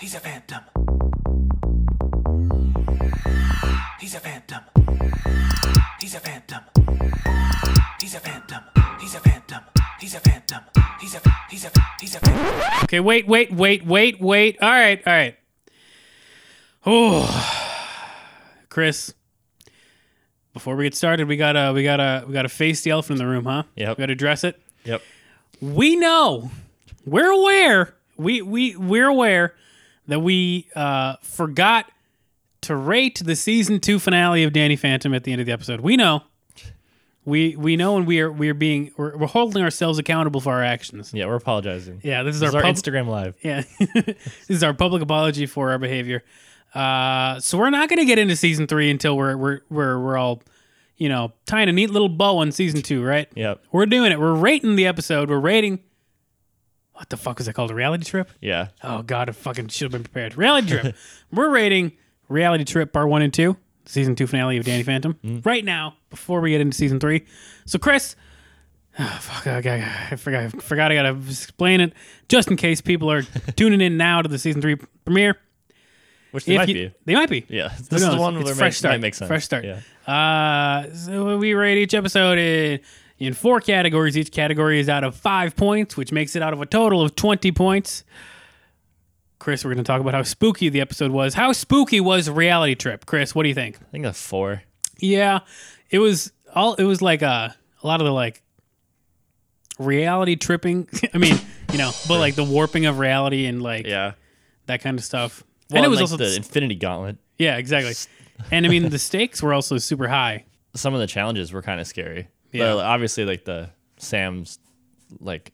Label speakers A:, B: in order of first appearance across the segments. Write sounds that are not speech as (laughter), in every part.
A: He's a phantom. He's a phantom. He's a phantom. He's a phantom. He's a phantom. He's a phantom. He's a he's a he's a phantom.
B: Okay, wait, wait, wait, wait, wait. All right, all right. Oh, Chris. Before we get started, we gotta we gotta we gotta face the elephant in the room, huh?
C: Yep.
B: We gotta address it.
C: Yep.
B: We know, we're aware, we we we're aware that we uh, forgot to rate the season two finale of Danny Phantom at the end of the episode. We know, we we know, and we are we are being we're, we're holding ourselves accountable for our actions.
C: Yeah, we're apologizing.
B: Yeah, this is
C: This is
B: our,
C: our
B: pub-
C: Instagram live.
B: yeah, (laughs) this is our public apology for our behavior. Uh, so we're not going to get into season three until we're we're we're we're all, you know, tying a neat little bow on season two, right?
C: Yep.
B: We're doing it. We're rating the episode. We're rating. What the fuck was that called? A reality trip?
C: Yeah.
B: Oh god, I fucking should have been prepared. Reality
C: (laughs)
B: trip. we're rating reality trip part one and two, season two finale of Danny Phantom,
C: Mm.
B: right now before we get into season three. So Chris, (sighs) oh, fuck, I, I, I forgot, I forgot, I gotta explain it just in case people
C: (laughs)
B: are tuning in now to the season three premiere.
C: Which they
B: If
C: might
B: you-
C: be.
B: They might be.
C: Yeah.
B: Who
C: This is the
B: knows?
C: one
B: It's
C: where
B: fresh
C: makes,
B: start.
C: might make sense.
B: Fresh start.
C: Yeah.
B: Uh, so we rate each episode in, in four categories. Each category is out of five points, which makes it out of a total of 20 points. Chris, we're going to talk about how spooky the episode was. How spooky was Reality Trip? Chris, what do you think?
C: I think a four.
B: Yeah, it was all. It was like a, a lot of the like reality tripping. (laughs) I mean, you know, but like the warping of reality and like
C: Yeah.
B: that kind of stuff.
C: Well,
B: and it was
C: like
B: also
C: the Infinity Gauntlet.
B: yeah, (laughs) exactly. And I mean, the stakes were also super high.
C: Some of the challenges were kind of scary.
B: Yeah.
C: The- obviously, like the Sam's, like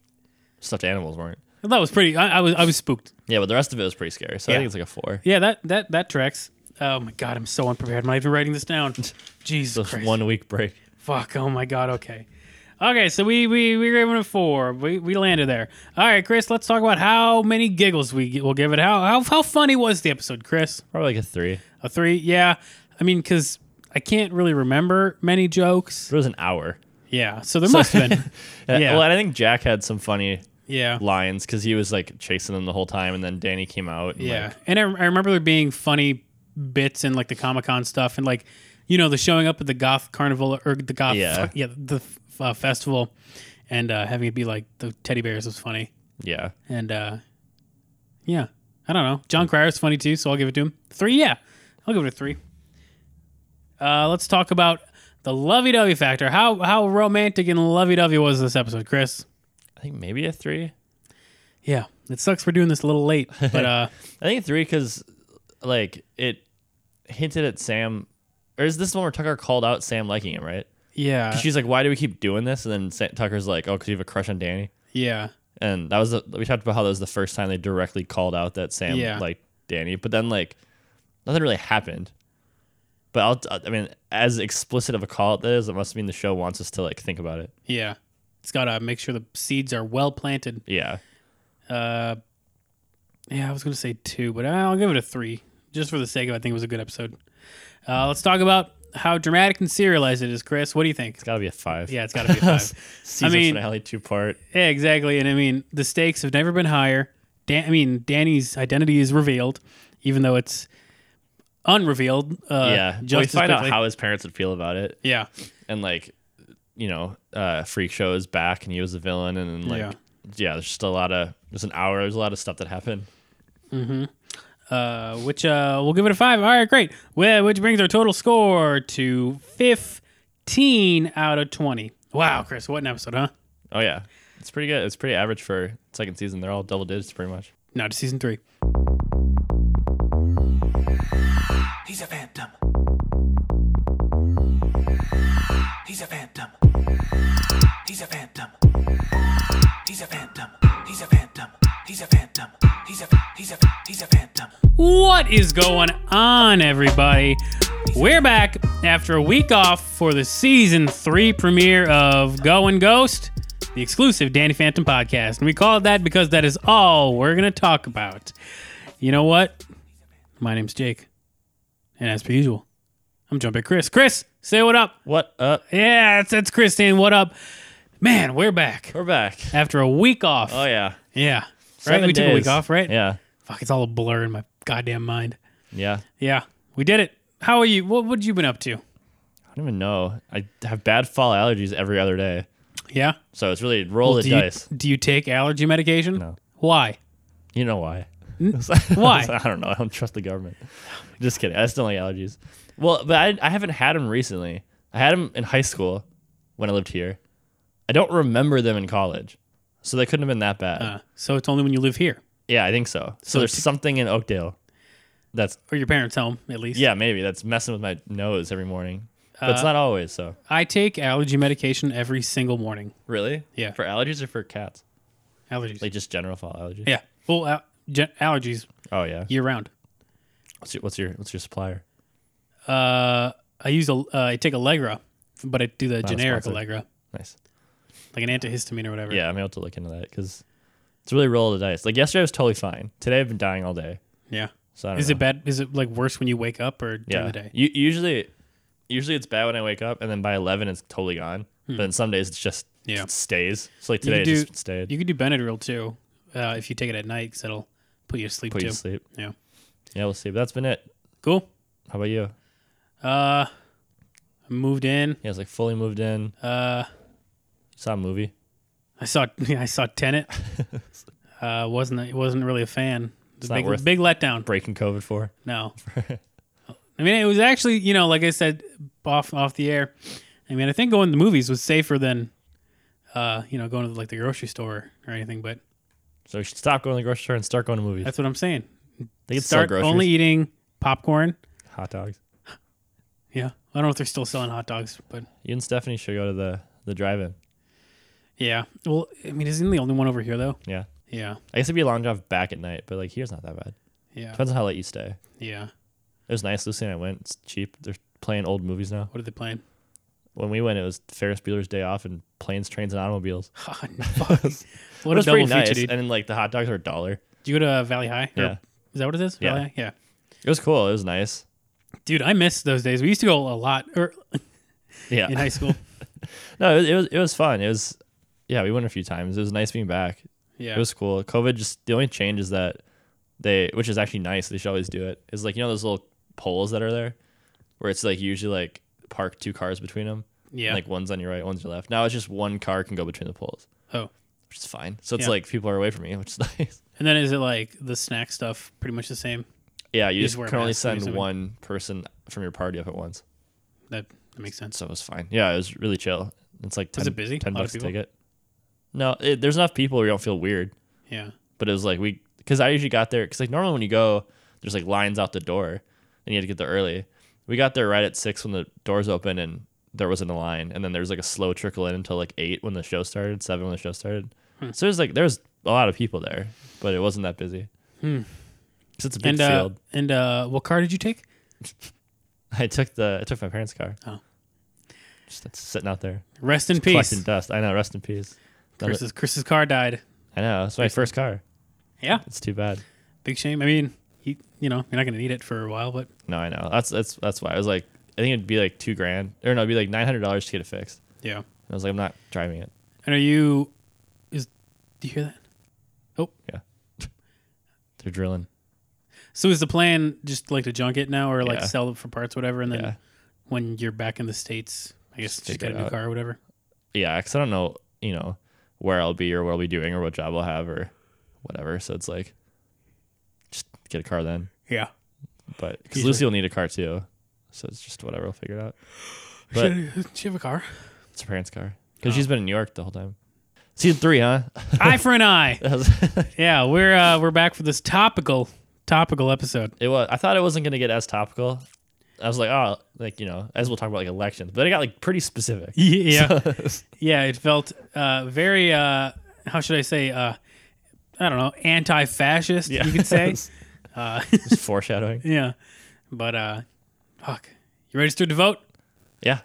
C: stuffed animals weren't.
B: That was pretty. I, I was I was spooked.
C: Yeah, but the rest of it was pretty scary. So
B: Yeah.
C: I think it's like a four.
B: Yeah, that that that tracks. Oh my god, I'm so unprepared. I'm not even writing this
C: (laughs)
B: down. Jesus
C: Just
B: Christ.
C: one week break.
B: Fuck. Oh my god. Okay. Okay. So we we we gave it a four. We we landed there. All right, Chris. Let's talk about how many giggles we gi- will give it. How how how funny was the episode, Chris?
C: Probably like a three.
B: A three? Yeah. I mean, because I can't really remember many jokes.
C: It was an hour.
B: Yeah. So there must have
C: (laughs)
B: been. Yeah.
C: yeah. Well, and I think Jack had some funny
B: Yeah.
C: lines because he was like chasing them the whole time, and then Danny came out. And,
B: Yeah,
C: like,
B: and I, I remember there being funny bits in like the Comic Con stuff, and like you know the showing up at the Goth Carnival or the Goth
C: Yeah.
B: (laughs) yeah the uh, festival, and uh, having it be like the teddy bears was funny,
C: yeah.
B: and uh, yeah, I don't know. John Cryer's funny too, so I'll give it to him three. Yeah, I'll give it a three. Uh, let's talk about the lovey-dovey factor. How how romantic and lovey-dovey was this episode, Chris?
C: I think maybe a three.
B: Yeah, it sucks we're doing this a little late, but uh,
C: I think three because like it hinted at Sam. Or is this the one where Tucker called out Sam liking him, right?
B: yeah,
C: 'Cause she's like, "Why do we keep doing this?" And then Sa- Tucker's like, "Oh, because you have a crush on Danny."
B: yeah.
C: And that was the, we talked about how that was the first time they directly called out that Sam
B: Yeah.
C: liked Danny, but then like nothing really happened. But I'll, I mean, as explicit of a call out that is, it must mean the show wants us to like think about it.
B: Yeah. It's got to make sure the seeds are well planted.
C: Yeah,
B: Uh, yeah, I was going to say two, but uh, I'll give it a three just for the sake of I think it was a good episode. Uh, let's talk about how dramatic and serialized it is, Chris. What do you think?
C: it's got to be a five.
B: Yeah, it's got to be a
C: (laughs)
B: five.
C: season
B: mean-
C: finale two part.
B: yeah, exactly. And I mean, the stakes have never been higher. Dan- I mean, Danny's identity is revealed, even though it's unrevealed. Uh,
C: yeah,
B: just
C: we
B: as
C: find out
B: quickly.
C: how his parents would feel about it.
B: Yeah,
C: and like you know uh freak show is back and he was the villain and then like
B: Yeah.
C: yeah, there's just a lot of there's an hour there's a lot of stuff that happened
B: uh, which uh, we'll give it a five. All right, great. Well, which brings our total score to 15 out of 20. Wow, Chris, what an episode, huh?
C: oh yeah it's pretty good it's pretty average for second season they're all double digits pretty much
B: Now to season three.
A: He's a phantom. He's a phantom. He's a phantom. He's a phantom. He's a phantom. He's a phantom. He's a he's a he's a phantom.
B: What is going on, everybody? We're back after a week off for the season three premiere of Going Ghost, the exclusive Danny Phantom podcast. And we call it that because that is all we're going to talk about. You know what? My name's Jake. And as per usual, I'm jumping Chris. Chris, say what up.
C: what up
B: Yeah, that's, that's Chris saying what up. Man, we're back
C: we're back
B: after a week off.
C: oh yeah
B: yeah. Right?
C: Seven
B: we took a week
C: days.
B: off, right?
C: yeah
B: Fuck, it's all a blur in my goddamn mind.
C: Yeah. I
B: Yeah, we did it. How are you? What what you been up to?
C: don't even know. I have bad fall allergies every other day.
B: Yeah.
C: So it's really roll the
B: do you,
C: dice.
B: do you take allergy medication?
C: No.
B: Why?
C: You know why?
B: why?
C: (laughs) I don't know. I don't trust the government. Just kidding. I still like allergies. Well, but I, I haven't had them recently. I had them in high school when I lived here. I don't remember them in college, so they couldn't have been that bad.
B: Uh, so it's only when you live here
C: yeah, I think so. So, there's something in Oakdale that's
B: or your parents' home, at least.
C: yeah maybe that's messing with my nose every morning, but it's not always so.
B: I take allergy medication every single morning.
C: Really?
B: Yeah.
C: For allergies or for cats?
B: Allergies.
C: Like just general fall allergies?
B: yeah. Well, al- gen- allergies
C: Oh yeah.
B: year round.
C: What's your what's your what's your supplier?
B: Uh, I use a. Uh, I take Allegra, but I do the generic
C: sponsored.
B: Allegra,
C: Nice.
B: like an antihistamine or whatever.
C: Yeah, I'm able to look into that because it's really roll of the dice. Like yesterday, I was totally fine. Today, I've been dying all day.
B: Yeah.
C: So I don't
B: Is
C: know.
B: it bad? Is it like worse when you wake up or during
C: Yeah.
B: the day?
C: U- usually, usually it's bad when I wake up, and then by eleven, it's totally gone. But then some days it's just
B: Hmm. Yeah.
C: it stays. So like
B: You
C: today,
B: could do-
C: it just stayed.
B: You could do Benadryl too, uh, if you take it at night, because that'll put you to sleep
C: Put
B: too.
C: you to sleep.
B: Yeah.
C: Yeah, we'll see. But that's been it.
B: Cool.
C: How about you?
B: Uh, moved in.
C: Yeah, it's like fully moved in.
B: Uh,
C: Saw a movie.
B: I saw (laughs) I saw
C: (laughs)
B: Tenet. uh, wasn't wasn't really a fan. It's
C: not
B: big,
C: worth-
B: big letdown.
C: Breaking COVID for. (laughs)
B: No. I mean, it was actually, you know, like I said off off the air. I mean, I think going to the movies was safer than, uh, you know, going to like the grocery store or anything. But
C: So we should stop going to the grocery store and start going to movies.
B: that's what I'm saying.
C: they can sell
B: Start
C: groceries,
B: only eating popcorn.
C: hot dogs.
B: Yeah, I don't know if they're still selling hot dogs, but
C: You and Stephanie should go to the the drive-in.
B: yeah. Well, I mean, isn't the only one over here though?
C: Yeah,
B: Yeah,
C: I guess it'd be a long drive back at night, but like here's not that bad.
B: yeah,
C: Depends on how late you stay.
B: yeah.
C: It was nice. Lucy and I went. It's cheap. They're playing old movies now.
B: What are they playing?
C: When we went, it was Ferris Bueller's Day Off and Planes, Trains, and Automobiles. (laughs)
B: what
C: it
B: a
C: was pretty
B: double
C: nice.
B: feature, dude.
C: And then like the hot dogs were a dollar.
B: Do you go to uh, Valley High? Or-
C: Yeah.
B: Is that what it is?
C: Yeah.
B: Valley High? Yeah.
C: It was cool. It was nice.
B: Dude, I miss those days. We used to go a lot or
C: Yeah.
B: in high
C: (laughs)
B: school.
C: no, it was, it was it was fun. It was yeah. We went a few times. It was nice being back.
B: Yeah.
C: It was cool. COVID just the only change is that they, which is actually nice. They should always do it. Is like you know those little poles that are there, where it's like usually like park two cars between them.
B: yeah.
C: Like one's on your right, one's your left. Now it's just one car can go between the poles,
B: oh.
C: which is fine. So it's
B: Yeah.
C: like people are away from me, which is (laughs) nice.
B: And then is it like the snack stuff pretty much the same?
C: Yeah, you,
B: just
C: just
B: wear a
C: can only
B: mask when you're
C: send
B: zooming.
C: one person from your party up at once.
B: That, that makes sense.
C: so it was fine. Yeah, it was really chill. It's like 10,
B: Was it busy?
C: 10
B: A lot of
C: bucks a
B: people?
C: ticket. No, it, there's enough people where you don't feel weird.
B: Yeah.
C: But it was like we, because I usually got there, because like normally when you go, there's like lines out the door and you had to get there early. We got there right at six when the doors open and there wasn't a line. And then there was like a slow trickle in until like eight when the show started, seven when the show started.
B: Hmm.
C: So there's like, there's a lot of people there, but it wasn't that busy. So it's a big
B: Hmm. and uh,
C: field. (laughs)
B: and uh, what car did you take?
C: I took the, I took my parents' car.
B: Oh.
C: Just that's sitting out there.
B: Rest in
C: Collecting
B: peace.
C: dust. I know. Rest in peace. Another-
B: Chris's, Chris's car died.
C: I know. It's my first car.
B: Yeah.
C: It's too bad.
B: Big shame. I mean, he, you know, you're not going to need it for a while, but
C: No, I know. That's that's that's why I was like, I think it'd be like two grand, or no, it'd be like nine hundred dollars to get it fixed.
B: yeah.
C: And I was like, I'm not driving it.
B: And are you, is, do you hear that?
C: (laughs) They're drilling.
B: So is the plan just like to junk it now or like
C: Yeah.
B: sell it for parts, whatever? And then
C: Yeah.
B: when you're back in the States, I guess just
C: figure
B: get a
C: it
B: new
C: out.
B: car or whatever.
C: Yeah, because I don't know, you know, where I'll be or what I'll be doing or what job I'll have or whatever. So it's like, just get a car then.
B: Yeah.
C: But because
B: Usually.
C: Lucy will need a car too, so it's just whatever. I'll figure it out. But
B: Should, she have a car?
C: it's her parents' car because she's been in New York the whole time. Season three, huh?
B: (laughs)
C: (laughs)
B: eye for an eye.
C: That was-
B: Yeah, we're uh, we're back for this topical topical
C: (laughs)
B: episode.
C: It was. I thought it wasn't going to get as topical. I was like, oh, like you know, as we'll talk about like elections, but it got like pretty specific.
B: Yeah, yeah. It felt uh, very uh, how should I say? Uh, I don't know, anti-fascist. You could
C: (laughs)
B: say.
C: It's
B: (laughs)
C: foreshadowing.
B: yeah, but uh, fuck. You registered to vote?
C: Yeah,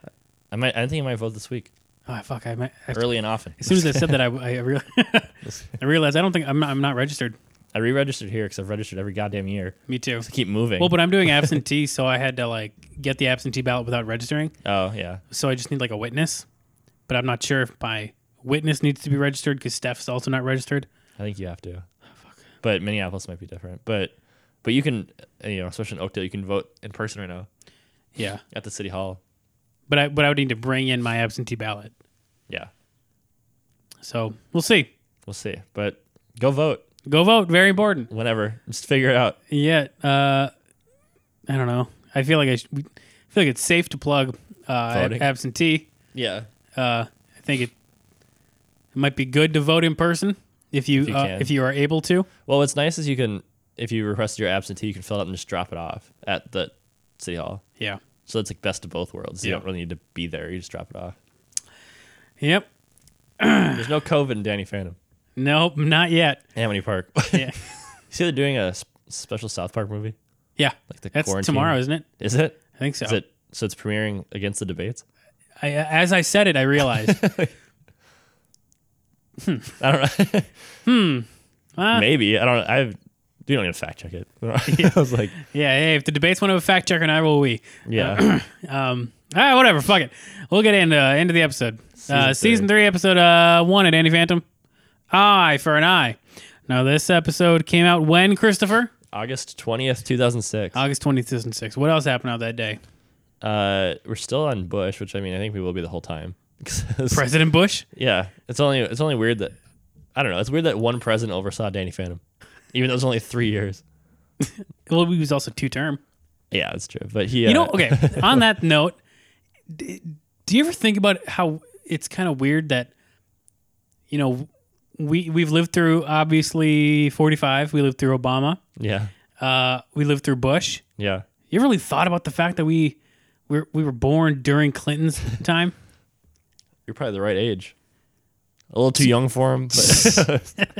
C: I might. I think I might vote this week,
B: Oh fuck! I, might, I
C: early and often.
B: as soon as I said that, I I, real, (laughs) I realized I don't think I'm not, I'm not registered.
C: I re-registered here because I've registered every goddamn year.
B: Me too.
C: I keep moving.
B: Well, but I'm doing absentee, so I had to like get the absentee ballot without registering.
C: oh yeah,
B: so I just need like a witness, but I'm not sure if my witness needs to be registered because Steph's also not registered.
C: I think you have to. But Minneapolis might be different. But But you can, uh, you know, especially in Oakdale, you can vote in person right now
B: Yeah,
C: at the city hall.
B: but I but I would need to bring in my absentee ballot.
C: Yeah,
B: So we'll see.
C: we'll see. But go vote
B: Go vote. Very important.
C: whenever. Just figure it out.
B: Yeah. Uh, I don't know. I feel like I, should, we- I feel like it's safe to plug uh,
C: Voting.
B: absentee.
C: Yeah,
B: Uh, I think it, it might be good to vote in person if you,
C: you
B: uh,
C: can.
B: if you are able to.
C: Well, what's nice is you can, if you request your absentee, you can fill it out and just drop it off at the city hall.
B: Yeah.
C: So it's like best of both worlds. You
B: Yeah.
C: don't really need to be there. You just drop it off.
B: Yep.
C: There's no COVID in Danny Phantom.
B: Nope. Not
C: (laughs)
B: yet.
C: Amity Park.
B: Yeah.
C: See, they're doing a s- special South Park movie.
B: Yeah.
C: Like the
B: That's
C: quarantine.
B: tomorrow, isn't it?
C: Is it?
B: I think so.
C: Is it? So it's premiering against the debates.
B: I, uh, as I said it, I
C: (laughs)
B: realized.
C: I don't know.
B: Ah.
C: Maybe I don't. I we don't even fact check it. (laughs) I was like,
B: yeah. Hey, if the debates went to a fact checker, and I will we.
C: yeah,
B: Um, all right, whatever. Fuck it. We'll get into uh, into the episode. Season, uh,
C: three.
B: season three, episode uh, one at Andy Phantom. Eye for an eye. Now this episode came out when Christopher
C: August twentieth, two thousand six.
B: August twenty two thousand six. What else happened out that day?
C: Uh, we're still on Bush, which I mean, I think we will be the whole time. (laughs) 'Cause-
B: President Bush.
C: yeah, it's only it's only weird that I don't know. It's weird that one president oversaw Danny Phantom, even though it was only three years.
B: Well, he was also two term.
C: Yeah, that's true. But he, uh,
B: You know. Okay.
C: (laughs)
B: on that note, d- do you ever think about how it's kind of weird that you know we we've lived through obviously forty five. We lived through Obama.
C: yeah,
B: Uh, we lived through Bush.
C: yeah.
B: You ever really thought about the fact that we we we were born during Clinton's (laughs) time?
C: You're probably the right age. A little too young for
B: (laughs)
C: him, but (laughs)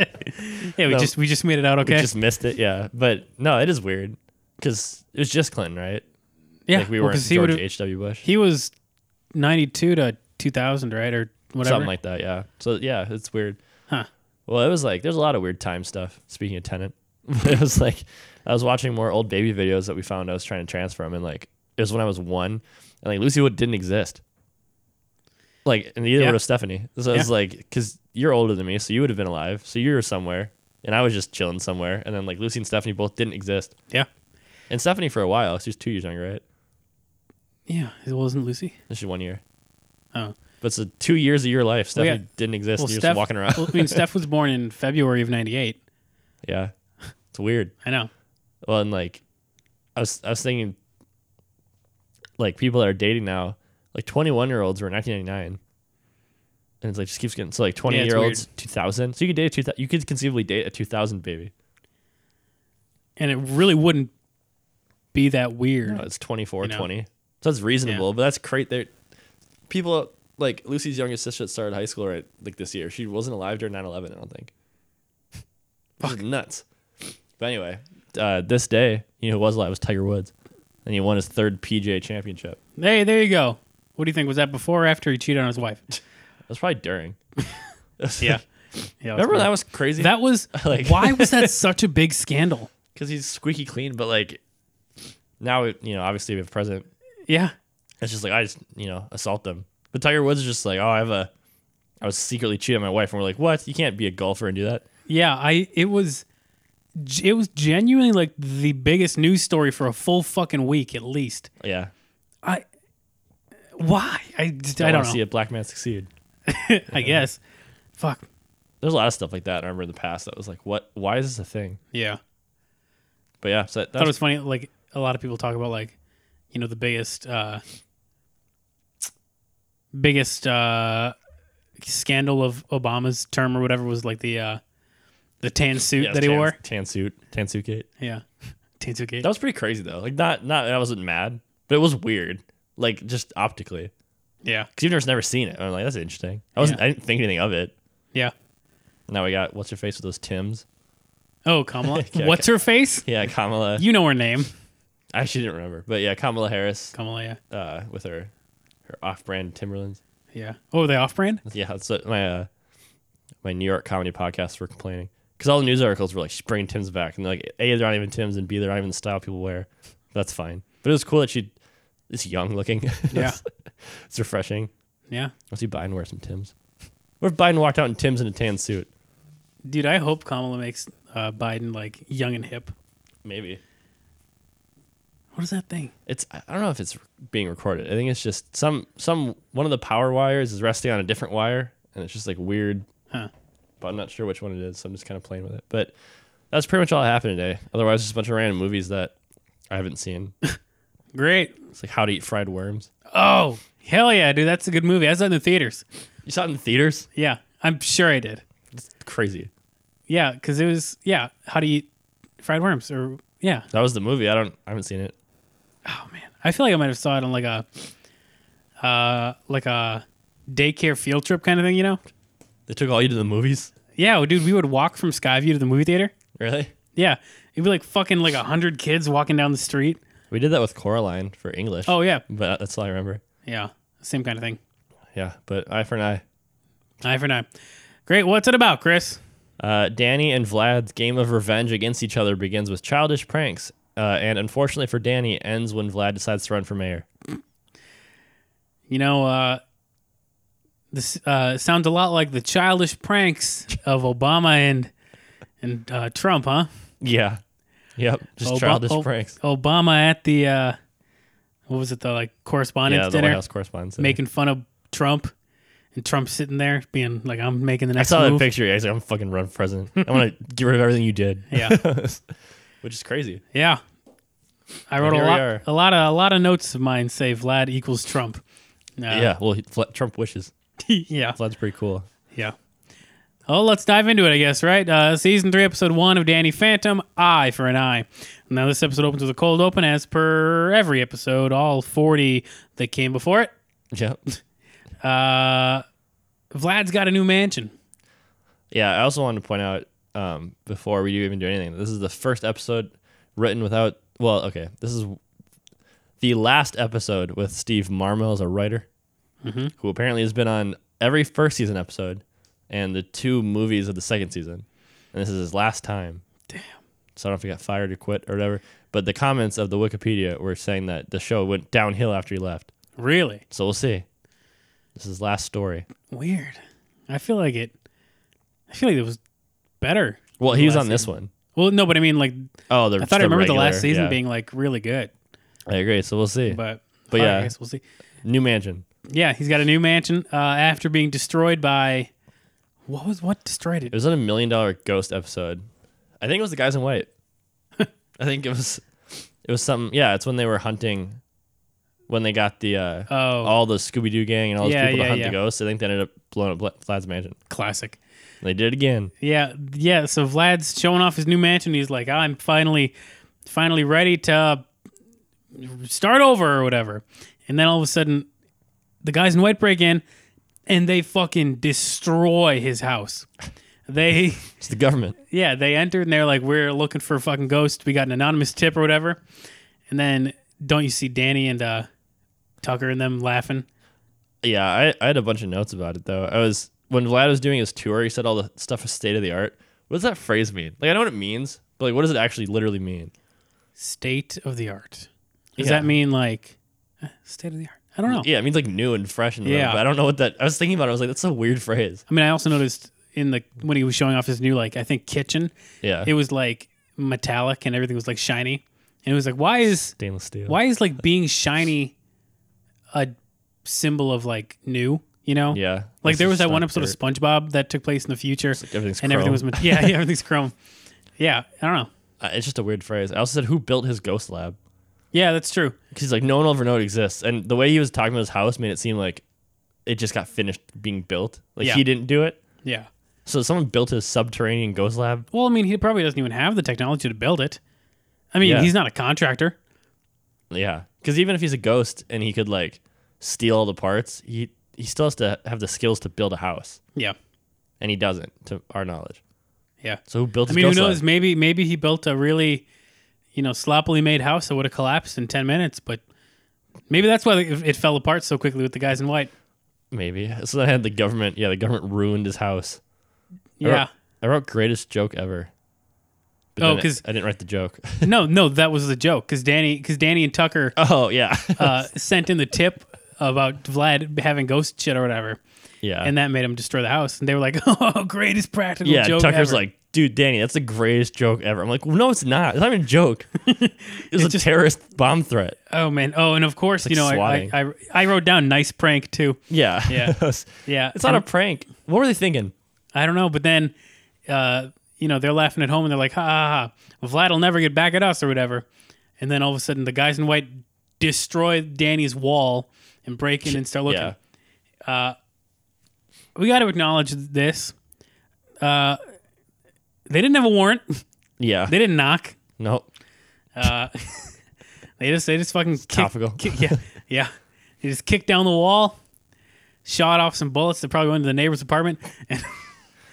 B: Yeah, we
C: No.
B: just we just made it out okay.
C: just missed it. Yeah, but no, it is weird because it was just Clinton, right?
B: yeah,
C: Like we
B: well,
C: weren't
B: 'cause he
C: George
B: would've-
C: H. W. Bush,
B: He was ninety two to two thousand, right, or whatever.
C: something like that. Yeah. So yeah, it's weird.
B: Huh.
C: Well, it was like there's a lot of weird time stuff. Speaking of Tenant, (laughs) it was like I was watching more old baby videos that we found. I was trying to transfer them, and like it was when I was one, and like Lucy Wood didn't exist. Like and neither
B: Yeah.
C: would Stephanie. So it's
B: Yeah.
C: like because you're older than me, so you would have been alive. So you were somewhere, and I was just chilling somewhere. And then like Lucy and Stephanie both didn't exist,
B: yeah,
C: and Stephanie for a while. She was two years younger, right?
B: yeah. It wasn't Lucy.
C: This is one year.
B: Oh.
C: But it's a two years of your life.
B: Well,
C: Stephanie
B: yeah.
C: didn't exist.
B: Well,
C: and you're
B: Steph.
C: just walking around.
B: well, I mean,
C: (laughs)
B: Steph was born in February of ninety eight.
C: yeah. It's weird.
B: I know.
C: Well, and like, I was, I was thinking, like, people that are dating now, like 21 year olds were 1999. And it's like, just keeps getting, so like 20
B: Yeah, it's
C: year olds, 2000. So you could date a 2000, you could conceivably date a 2000 baby.
B: And it really wouldn't be that weird.
C: No, it's 24,
B: You know?
C: 20. So that's reasonable, but that's great. There, people like Lucy's youngest sister that started high school right like this year. She wasn't alive during 9/11. I don't think. This is nuts. But anyway, uh, this day, you know who was alive was Tiger Woods, and he won his third PGA Championship.
B: Hey, there you go. What do you think? Was that before or after he cheated on his wife? (laughs)
C: That was probably during. (laughs)
B: Yeah. yeah
C: Remember that was crazy.
B: that was
C: (laughs) Like-
B: why was
C: (laughs)
B: that such a big scandal?
C: because he's squeaky clean, but like now it- you know obviously we have a president.
B: Yeah.
C: It's just like I just you know assault them. But Tiger Woods is just like oh I have a. I was secretly cheating on my wife, and we're like, "What? You can't be a golfer and do that."
B: Yeah, I it was g- it was genuinely like the biggest news story for a full fucking week at least.
C: Yeah,
B: I why? I just- I
C: wanna
B: don't know.
C: see a black man succeed.
B: (laughs) I guess. Fuck.
C: There's a lot of stuff like that. I remember in the past that was like, what? Why is this a thing?
B: Yeah.
C: But yeah, so that,
B: I thought it
C: that's,
B: was funny like a lot of people talk about like you know the biggest uh biggest uh scandal of Obama's term or whatever was like the uh the
C: (laughs)
B: tan suit
C: yeah,
B: that he
C: Tan-
B: wore.
C: tan suit, tan suit gate.
B: Yeah. (laughs) Tan suit
C: That was pretty crazy though. Like not not I wasn't mad, but it was weird. Like just optically,
B: Yeah.
C: because you've just never seen it. I'm like, that's interesting. I wasn't.
B: Yeah.
C: I didn't think anything of it.
B: Yeah.
C: Now we got what's your face with those Tims?
B: Oh, Kamala.
C: (laughs) Okay,
B: What's her face?
C: Yeah, Kamala.
B: You know her name.
C: I actually didn't remember, but yeah, Kamala Harris
B: Kamala, yeah.
C: uh, with her her off-brand Timberlands.
B: Yeah. Oh, they off
C: (laughs)
B: brand?
C: Yeah, that's what my uh, my New York comedy podcasts were complaining because all the news articles were like she's bringing Tim's back, and they're like a they're not even Tim's, and b they're not even the style people wear. That's fine, but it was cool that she is young looking. (laughs)
B: Yeah.
C: it's refreshing.
B: Yeah.
C: Let's see Biden wear some Tim's. What if Biden walked out in Tim's in a tan suit?
B: Dude, I hope Kamala makes uh, Biden like young and hip.
C: Maybe
B: What is that thing?
C: It's I I don't know if it's being recorded. I think it's just some some one of the power wires is resting on a different wire, and it's just like weird.
B: Huh.
C: But I'm not sure which one it is, so I'm just kind of playing with it. But that's pretty much all that happened today. Otherwise, just a bunch of random movies that I haven't
B: (laughs)
C: seen.
B: Great.
C: It's like How to Eat Fried Worms.
B: Oh, hell yeah, dude. That's a good movie. I saw it in the theaters.
C: You saw it in the theaters?
B: Yeah, I'm sure I did.
C: Crazy.
B: Yeah, because it was, yeah, how do you eat fried worms? Or, yeah.
C: That was the movie. I don't. I haven't seen it.
B: Oh, man. I feel like I might have saw it on like a, uh, like a daycare field trip kind of thing, you know?
C: They took all you to the movies.
B: Yeah, dude, we would walk from Skyview to the movie theater.
C: Really?
B: Yeah. It'd be like fucking like a hundred kids walking down the street.
C: We did that with Coraline for English.
B: Oh yeah.
C: but that's all I remember.
B: Yeah. Same kind of thing.
C: Yeah, but eye for an eye.
B: Eye for an eye. Great. What's it about, Chris?
C: Uh, Danny and Vlad's game of revenge against each other begins with childish pranks, uh, and unfortunately for Danny, ends when Vlad decides to run for mayor.
B: You know, uh this uh sounds a lot like the childish pranks of Obama and and uh Trump, huh?
C: Yeah. Yep. Just
B: Oba-
C: childish
B: O-
C: pranks.
B: Obama at the uh what was it, the like correspondence
C: Yeah, the White
B: dinner
C: House correspondence.
B: making fun of Trump and Trump sitting there being like, I'm making the
C: I
B: next
C: saw that
B: move.
C: picture. Yeah, he's like, I'm fucking run
B: (laughs)
C: for president. I want to get rid of everything you did.
B: Yeah.
C: (laughs) Which is crazy.
B: Yeah. I wrote
C: here
B: a
C: we
B: lot,
C: are.
B: a lot of a lot of notes of mine say Vlad equals Trump. Uh,
C: yeah. Well, he, Vla- Trump wishes.
B: (laughs) yeah,
C: Vlad's pretty cool.
B: yeah. Oh, let's dive into it, I guess, right? Uh, season three, episode one of Danny Phantom, Eye for an Eye. Now, this episode opens with a cold open, as per every episode, all 40 that came before it.
C: Yep.
B: Uh, Vlad's got a new mansion.
C: Yeah, I also wanted to point out um, before we do even do anything, this is the first episode written without. Well, okay, this is the last episode with Steve Marmel as a writer,
B: Mm-hmm.
C: who apparently has been on every first season episode and the two movies of the second season, and this is his last time.
B: Damn.
C: So I don't know if he got fired or quit or whatever. But the comments of the Wikipedia were saying that the show went downhill after he left.
B: Really?
C: So we'll see. This is his last story.
B: Weird. I feel like it. I feel like it was better.
C: Well, he was
B: last
C: on this one.
B: Well, no, but I mean, like,
C: Oh, the,
B: I thought I
C: the
B: remember the last
C: regular,
B: season
C: yeah.
B: being, like, really good.
C: I agree. So we'll see.
B: but
C: But
B: all right,
C: yeah.
B: I guess we'll see.
C: New mansion.
B: Yeah, he's got a new mansion uh, after being destroyed by what was what destroyed
C: It
B: it?
C: was on a million dollar ghost episode. I think it was the guys
B: (laughs)
C: in white. I think it was it was some yeah, it's when they were hunting when they got the uh
B: Oh.
C: all the Scooby Doo gang and all those
B: Yeah,
C: people
B: yeah,
C: to hunt
B: yeah.
C: the ghosts. I think they ended up blowing up Vla- Vlad's mansion.
B: Classic.
C: They did it again.
B: Yeah, yeah. So Vlad's showing off his new mansion. He's like, I'm finally, finally ready to start over or whatever. And then all of a sudden, the guys in white break in, and they fucking destroy his house. They (laughs)
C: It's the government.
B: Yeah, they entered and they're like, "We're looking for a fucking ghost. We got an anonymous tip or whatever." And then don't you see Danny and uh, Tucker and them laughing?
C: Yeah, I, I had a bunch of notes about it though. I was when Vlad was doing his tour, he said all the stuff was state of the art. What does that phrase mean? Like I know what it means, but like what does it actually literally mean?
B: State of the art. Does
C: Yeah.
B: that mean like eh, state of the art? I don't know.
C: Yeah, it means like new and fresh and whatever,
B: Yeah.
C: but I don't know what that I was thinking about it, I was like, that's a weird phrase.
B: I mean, I also noticed in the when he was showing off his new like I think kitchen,
C: Yeah.
B: it was like metallic and everything was like shiny, and it was like, why is
C: stainless steel.
B: why is like being shiny a symbol of like new? You know?
C: Yeah.
B: Like
C: This
B: there
C: is
B: was that
C: just
B: one
C: not
B: episode
C: dirt.
B: of SpongeBob that took place in the future,
C: everything's
B: and everything was
C: chrome.
B: ma- yeah, (laughs) yeah, everything's chrome. Yeah, I don't know.
C: Uh, It's just a weird phrase. I also said, "Who built his ghost lab?"
B: Yeah, that's true.
C: Because he's like, no one will ever know it exists. And the way he was talking about his house made it seem like it just got finished being built. Like
B: Yeah.
C: he didn't do it.
B: Yeah.
C: So someone built his subterranean ghost lab.
B: Well, I mean, he probably doesn't even have the technology to build it. I mean,
C: Yeah.
B: he's not a contractor.
C: Yeah. Because even if he's a ghost and he could like steal all the parts, he he still has to have the skills to build a house,
B: Yeah,
C: and he doesn't, to our knowledge.
B: yeah.
C: So who
B: I
C: built? His
B: mean, who
C: ghost
B: knows?
C: Lab?
B: Maybe, maybe he built a really, you know, sloppily made house that would have collapsed in ten minutes. But maybe that's why it it fell apart so quickly with the guys in white.
C: Maybe. So then I had the government. Yeah, the government ruined his house. I
B: Yeah.
C: wrote- I wrote greatest joke ever. But
B: Oh,
C: then I-
B: 'cause-
C: I didn't write the joke. (laughs)
B: no, no, that was the joke because Danny, because Danny and Tucker
C: oh yeah,
B: uh, sent in the tip about Vlad having ghost shit or whatever.
C: yeah.
B: and that made him destroy the house. And they were like, (laughs) "Oh, greatest practical
C: yeah,
B: joke
C: Tucker's
B: ever."
C: like dude, Danny, that's the greatest joke ever. I'm like, well, no, it's not. It's not even
B: (laughs)
C: a joke. It's a terrorist bomb threat.
B: Oh man. Oh, and of course,
C: It's
B: you know,
C: like
B: I, I, I I wrote down nice prank too.
C: Yeah. (laughs)
B: Yeah.
C: it's
B: Yeah.
C: not
B: I
C: a prank. What were they thinking?
B: I don't know, but then, uh, you know, they're laughing at home and they're like, ha ha ha, Vlad will never get back at us or whatever. And then all of a sudden, the guys in white destroy Danny's wall and break in and start looking. Uh,
C: Yeah.
B: We got to acknowledge this. Uh, they didn't have a warrant. (laughs)
C: Yeah.
B: They didn't knock.
C: nope.
B: Uh, they just they just fucking kick,
C: topical.
B: kick- yeah, (laughs) yeah. They just kicked down the wall, shot off some bullets that probably went into the neighbor's apartment, and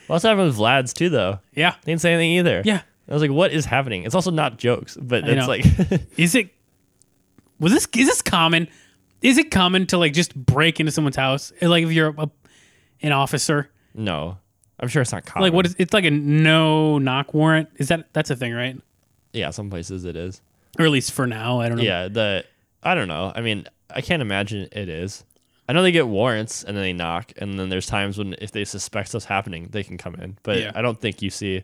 C: Well, that's happened with Vlad's too, though.
B: yeah,
C: They didn't say anything either.
B: yeah.
C: I was like, what is happening? It's also not jokes, but
B: I
C: it's
B: know.
C: like, (laughs)
B: Is it was this is this common? Is it common to like just break into someone's house? Like if you're a, an officer,
C: no. I'm sure it's not common.
B: like what is it's like a no knock warrant? Is that that's a thing, right?
C: Yeah, some places it is.
B: Or at least for now, I don't know.
C: Yeah, the I don't know. I mean, I can't imagine it is. I know they get warrants and then they knock, and then there's times when if they suspect stuff's happening, they can come in. But
B: Yeah.
C: I don't think you see.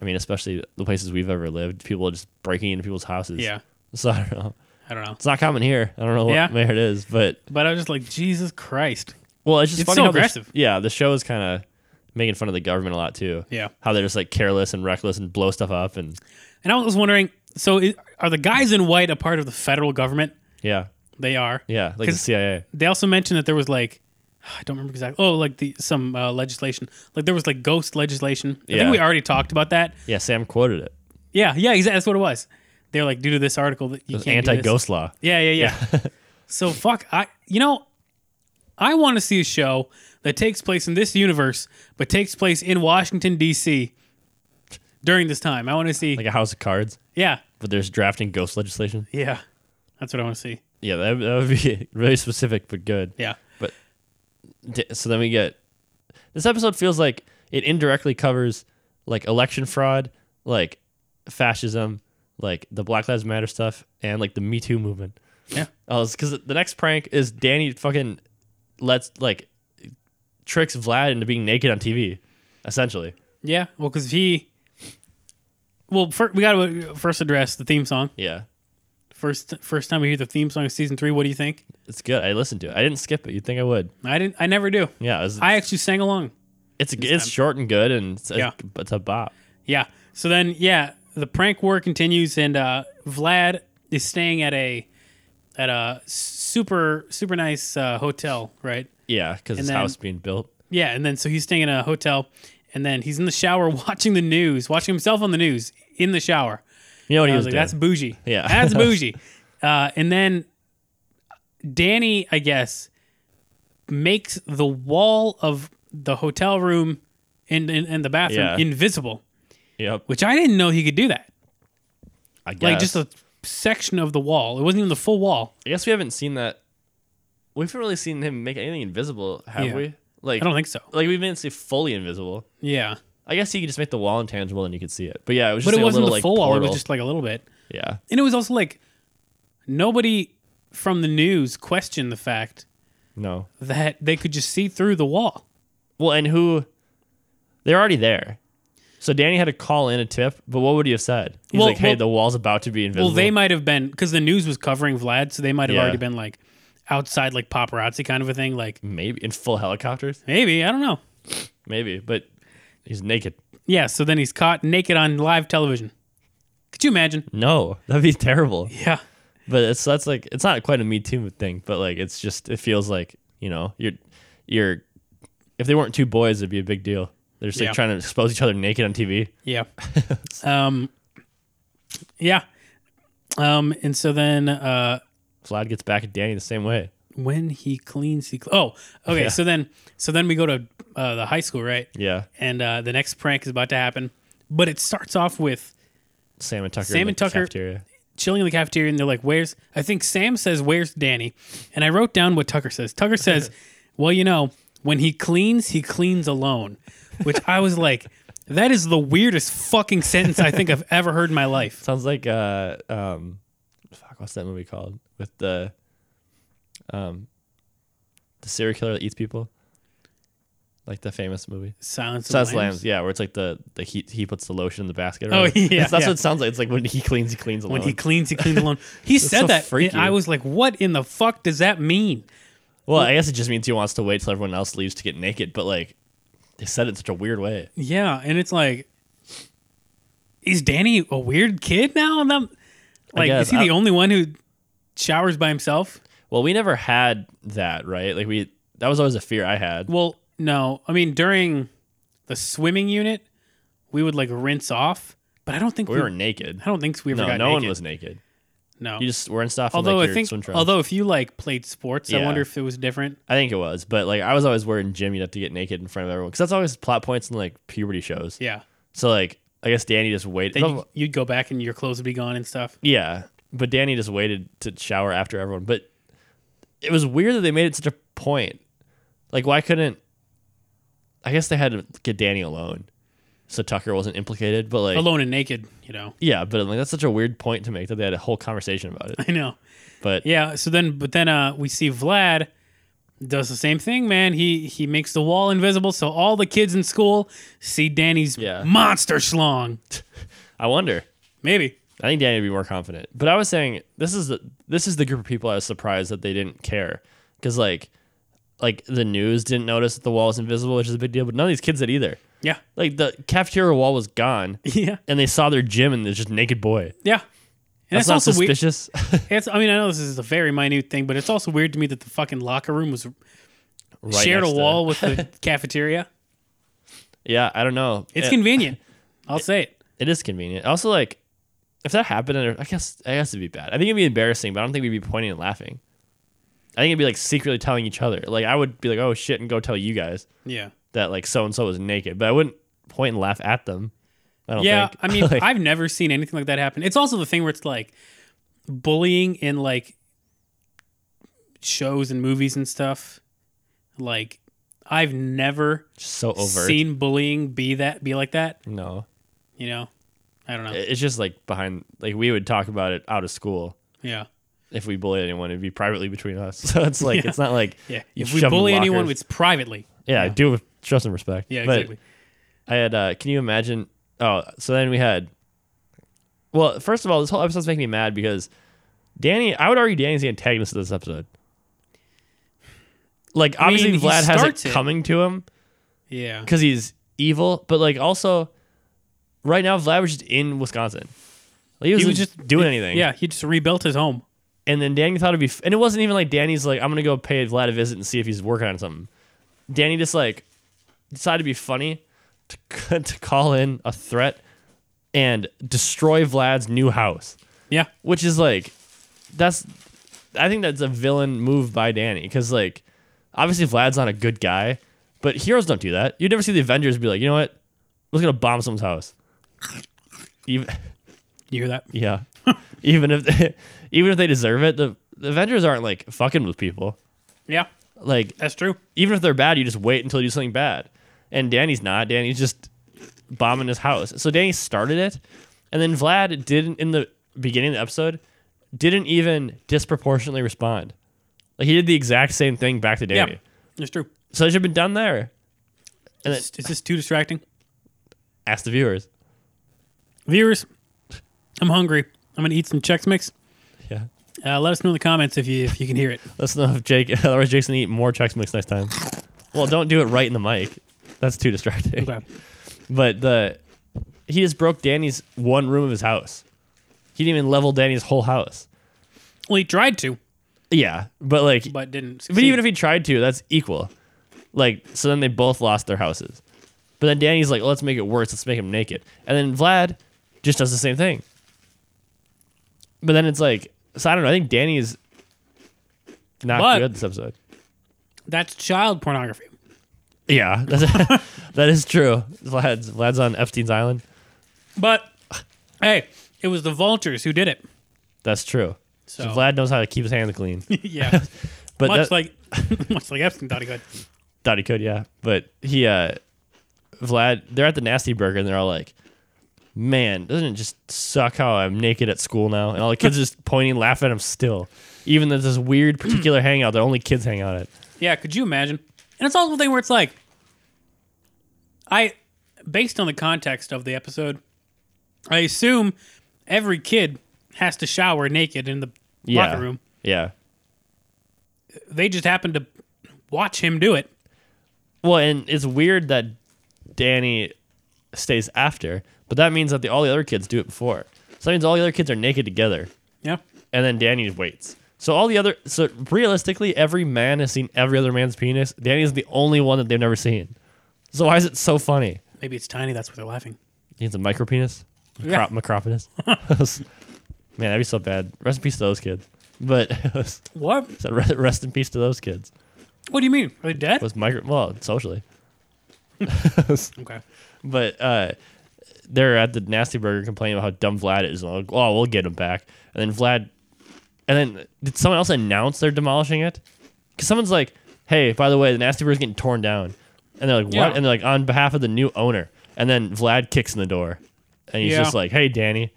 C: I mean, especially the places we've ever lived, people are just breaking into people's houses.
B: Yeah.
C: So (laughs) I don't know.
B: I don't know.
C: It's not common here. I don't know what
B: Yeah.
C: where it is, but
B: But I was just like, Jesus Christ.
C: well, it's just
B: It's
C: funny
B: so
C: how the sh-
B: aggressive.
C: yeah, the show is kind of making fun of the government a lot too.
B: Yeah.
C: How they're just like careless and reckless and blow stuff up and
B: And I was wondering, so i are the guys in white a part of the federal government?
C: yeah,
B: They are.
C: yeah, like the
B: 'Cause-
C: CIA.
B: They also mentioned that there was like, I don't remember exactly. Oh, like the some uh, legislation. Like there was like ghost legislation. I
C: Yeah.
B: think we already talked about that.
C: Yeah, Sam quoted it.
B: Yeah, yeah, exactly. That's what it was. They're like, due to this article, that you
C: It was
B: can't do this.
C: anti-ghost law.
B: Yeah, yeah,
C: (laughs)
B: yeah. so fuck. I you know, I want to see a show that takes place in this universe, but takes place in Washington D.C. during this time. I want to see.
C: like a house of cards,
B: yeah,
C: but there's drafting ghost legislation.
B: yeah. That's what I want to see.
C: Yeah, that, that would be (laughs) really specific, but good.
B: Yeah.
C: But d- so then we get this episode feels like it indirectly covers like election fraud, like fascism, like the Black Lives Matter stuff, and like the Me Too movement.
B: Yeah.
C: Oh, because the next prank is Danny fucking lets like tricks Vlad into being naked on TV, essentially.
B: Yeah, well, because he. Well, fir- we got to first address the theme song.
C: Yeah,
B: First, first time we hear the theme song of season three. What do you think?
C: it's good. I listened to it. I didn't skip it. You'd think I would.
B: I didn't. I never do.
C: Yeah, it was-
B: I actually sang along.
C: it's it's short and good, and it's,
B: Yeah.
C: it's a bop.
B: Yeah. So then, yeah, the prank war continues, and uh, Vlad is staying at a at a super super nice uh, hotel, right?
C: Yeah, because his
B: then-
C: house being built.
B: Yeah, and then so he's staying in a hotel, and then he's in the shower (laughs) watching the news, watching himself on the news in the shower.
C: You know what he
B: I
C: was,
B: was like,
C: doing?
B: that's bougie.
C: Yeah.
B: (laughs) That's
C: (laughs)
B: bougie. Uh, and then Danny, I guess, makes the wall of the hotel room and, and, and the bathroom
C: Yeah.
B: invisible,
C: yep.
B: which I didn't know he could do that.
C: I guess.
B: Like just a section of the wall. It wasn't even the full wall.
C: I guess we haven't seen that. We haven't really seen him make anything invisible, have
B: Yeah.
C: we? Like
B: I don't think so.
C: Like we didn't see fully invisible.
B: Yeah.
C: I guess he could just make the wall intangible and you could see it. But yeah, it was
B: But
C: just
B: it
C: like
B: wasn't
C: a little,
B: the
C: like,
B: full wall. It
C: portal.
B: was just like a little bit.
C: yeah,
B: And it was also like nobody from the news questioned the fact
C: no.
B: that they could just see through the wall.
C: Well, and who? They're already there. So Danny had to call in a tip, but what would he have said? He's
B: Well-
C: like, "Hey,
B: well-
C: the wall's about to be invisible."
B: Well, they might have been because the news was covering Vlad, so they might have
C: Yeah.
B: already been like outside, like paparazzi kind of a thing. Like
C: maybe in full helicopters,
B: maybe I don't know.
C: maybe, but he's naked.
B: Yeah. So then he's caught naked on live television. Could you imagine?
C: No, that'd be terrible.
B: Yeah.
C: But it's that's like it's not quite a Me Too thing, but like it's just it feels like you know you're you're if they weren't two boys, it'd be a big deal. They're just like
B: Yeah.
C: trying to expose each other naked on TV.
B: Yeah. (laughs) um. Yeah. Um. And so then, uh,
C: Vlad gets back at Danny the same way.
B: when he cleans, he cl- oh, okay.
C: Yeah.
B: So then, so then we go to uh, the high school, right?
C: Yeah,
B: And uh, the next prank is about to happen, but it starts off with
C: Sam and Tucker.
B: Sam and
C: in, like, the
B: Tucker-
C: cafeteria.
B: chilling in the cafeteria and they're like, Where's I think Sam says, Where's Danny? And I wrote down what Tucker says.
C: (laughs)
B: Tucker says, Well, you know, when he cleans, he cleans alone. Which I was like, That is the weirdest fucking sentence I think I've ever heard in my life.
C: (laughs) Sounds like uh um, fuck, what's that movie called with the um, the serial killer that eats people? like the famous movie.
B: Silence. of
C: Silence of
B: the
C: the
B: Lambs.
C: Lambs, yeah, where it's like the, the he he puts the lotion in the basket. or
B: Oh,
C: whatever.
B: (laughs) yeah,
C: that's, that's
B: yeah.
C: what it sounds like. It's like when he cleans, he cleans alone.
B: When he cleans, he cleans alone. He said
C: so
B: that.
C: freaky.
B: and I was like, what in the fuck does that mean?
C: well, I guess it just means he wants to wait till everyone else leaves to get naked, but like they said it in such a weird way.
B: Yeah. And it's like, is Danny a weird kid now? And I'm, like,
C: guess.
B: is he the
C: I-
B: only one who showers by himself?
C: Well, we never had that, right? Like we that was always a fear I had.
B: Well, no. I mean, during the swimming unit, we would like rinse off, but I don't think we,
C: We were naked.
B: I don't think we ever
C: No, no
B: got
C: one
B: naked.
C: was naked.
B: No.
C: You just weren't stuff.
B: although
C: like,
B: I
C: your
B: think,
C: swim trunks.
B: although if you like played sports, I
C: Yeah.
B: wonder if it was different.
C: I think it was, but like I was always worried, Jim, you'd have to get naked in front of everyone because that's always plot points in like puberty shows.
B: Yeah.
C: So like, I guess Danny just
B: Then
C: waited.
B: you, you'd go back and your clothes would be gone and stuff.
C: yeah, but Danny just waited to shower after everyone. But it was weird that they made it such a point. Like, why couldn't? I guess they had to get Danny alone, so Tucker wasn't implicated. But like,
B: Alone and naked, you know. (laughs)
C: yeah, but like that's such a weird point to make that they had a whole conversation about it.
B: I know.
C: But
B: Yeah. So then, but then uh, we see Vlad does the same thing, man. He he makes the wall invisible, so all the kids in school see Danny's
C: Yeah.
B: monster schlong.
C: I wonder.
B: Maybe.
C: I think Danny would be more confident. But I was saying this is the this is the group of people I was surprised that they didn't care because like like the news didn't notice that the wall was invisible, which is a big deal. But none of these kids did either.
B: Yeah. (laughs)
C: Like the cafeteria wall was gone,
B: Yeah.
C: and they saw their gym and there's just naked boy.
B: Yeah. And
C: That's
B: it's
C: not
B: also weird.
C: suspicious. (laughs)
B: It's, I mean, I know this is a very minute thing, but it's also weird to me that the fucking locker room was
C: Right
B: shared a
C: next to-
B: wall with
C: (laughs)
B: the cafeteria.
C: Yeah, I don't know.
B: It's
C: it,
B: convenient. I'll say it.
C: it is convenient. Also, like if that happened, I guess I guess it'd be bad. I think it'd be embarrassing, but I don't think we'd be pointing and laughing. I think it'd be like secretly telling each other. Like I would be like, oh shit, and go tell you guys.
B: Yeah.
C: that like so and so was naked, but I wouldn't point and laugh at them. I don't
B: Yeah.
C: think.
B: I mean,
C: Like,
B: I've never seen anything like that happen. It's also the thing where it's like bullying in like shows and movies and stuff. Like, I've never
C: (laughs) just so overt.
B: seen bullying be that, be like that.
C: no,
B: You know, I don't know.
C: It- it's just like behind. Like we would talk about it out of school
B: yeah.
C: if we bullied anyone. It'd be privately between us. (laughs) So it's like it's not like
B: Yeah.
C: you
B: If we
C: shove them
B: bully anyone,
C: lockers.
B: it's privately.
C: yeah,
B: yeah.
C: do it with trust and respect.
B: Yeah,
C: But
B: exactly.
C: I had. uh Can you imagine? Oh, so then we had. Well, first of all, this whole episode's making me mad because Danny. I would argue Danny's the antagonist of this episode. Like
B: I mean,
C: obviously,
B: he
C: Vlad has
B: starts
C: it
B: it.
C: coming to him.
B: Yeah.
C: because he's evil, but like also right now Vlad was just in Wisconsin. Like, he, was just doing anything.
B: Yeah, he just rebuilt his home.
C: And then Danny thought it'd be, f- and it wasn't even like Danny's like, I'm gonna go pay Vlad a visit and see if he's working on something. Danny just like decided to be funny to, (laughs) c- to call in a threat and destroy Vlad's new house,
B: Yeah.
C: which is like, that's, I think that's a villain move by Danny because like, obviously Vlad's not a good guy, but heroes don't do that. You never see the Avengers be like, you know what, let's gonna bomb someone's house. Even,
B: You hear that?
C: yeah. (laughs) even if even if they (laughs) deserve it, the, the Avengers aren't like fucking with people.
B: Yeah,
C: Like
B: that's true.
C: even if they're bad, you just wait until you do something bad. And Danny's not. Danny's just bombing his house. So Danny started it, and then Vlad didn't in the beginning of the episode didn't even disproportionately respond. Like he did the exact same thing back to
B: Yeah,
C: Danny.
B: that's true.
C: So it should have been done there. And then
B: Is, is this too distracting?
C: ask the viewers.
B: Viewers, I'm hungry. I'm gonna eat some Chex Mix.
C: Yeah.
B: Uh, let us know in the comments if you if you can hear it.
C: Let's know if Jake (laughs) otherwise Jake's gonna eat more Chex Mix next time. Well, don't do it right in the mic. That's too distracting.
B: Okay.
C: (laughs) But the he just broke Danny's one room of his house. He didn't even level Danny's whole house.
B: Well, he tried to,
C: Yeah. But like but,
B: but didn't.
C: even if he tried to, that's equal. Like so then they both lost their houses. But then Danny's like, let's make it worse, let's make him naked. And then Vlad just does the same thing. But then it's like so I don't know, I think Danny's not
B: But-
C: good this episode.
B: that's child pornography.
C: Yeah, (laughs) that's, that is true. Vlad's Vlad's on Epstein's island.
B: But hey, it was the vultures who did
C: (laughs)
B: it.
C: That's true. So,
B: So-
C: Vlad knows how to keep his hands clean.
B: (laughs) yeah,
C: But
B: much
C: that,
B: like (laughs) much like Epstein thought he could.
C: thought he could, yeah. But he, uh Vlad, they're at the Nasty Burger and they're all like, "Man, doesn't it just suck how I'm naked at school now?" And all the kids
B: (laughs)
C: are just pointing, laughing at him still. Even at this weird particular hangout that only kids hang out at.
B: Yeah, could you imagine? And it's also the thing where it's like, I, based on the context of the episode, I assume every kid has to shower naked in the
C: Yeah.
B: locker room.
C: Yeah.
B: They just happened to watch him do it.
C: Well, and it's weird that Danny stays after, but that means that the, all the other kids do it before. So that means all the other kids are naked together,
B: Yeah.
C: and then Danny waits. So all the other, so realistically, every man has seen every other man's penis. Danny's the only one that they've never seen. So why is it so funny?
B: Maybe it's tiny. That's why they're laughing.
C: He's a micro penis,
B: Yeah.
C: Macro- macropenis. (laughs) Man, that'd be so bad. Rest in peace to those kids. But (laughs) so
B: What?
C: re- rest in peace to those kids.
B: What do you mean? Are they dead?
C: Was micro well socially.
B: okay.
C: but uh, they're at the nasty burger complaining about how dumb Vlad is. And like, oh, we'll get him back. And then Vlad, and then did someone else announce they're demolishing it? Because someone's like, hey, by the way, the nasty burger's getting torn down. And they're like, what?
B: Yeah.
C: And they're like, on behalf of the new owner. And then Vlad kicks in the door, and he's
B: Yeah.
C: just like, hey, Danny.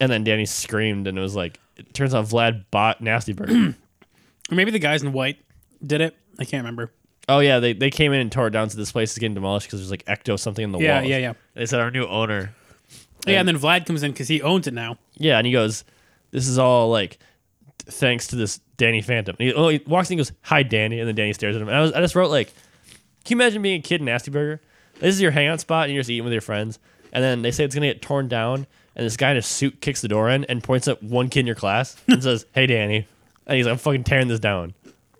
C: And then Danny screamed, and it was like, it turns out Vlad bought
B: (clears throat)
C: nasty burger.
B: Or maybe the guys in white did it. I can't remember.
C: oh yeah, they, they came in and tore it down, so this place is getting demolished because there's like ecto something in the
B: Yeah,
C: walls.
B: yeah, yeah.
C: They said our new owner
B: yeah, and then Vlad comes in because he owns it now.
C: Yeah, and he goes, "This is all like thanks to this Danny Phantom." And he, oh, he walks in and goes, "Hi, Danny," and then Danny stares at him. And I was, I just wrote like, "Can you imagine being a kid in Nasty Burger? This is your hangout spot, and you're just eating with your friends, and then they say it's gonna get torn down, and this guy in a suit kicks the door in and points at one kid in your class and says, "Hey, Danny," and he's like, "I'm fucking tearing this down."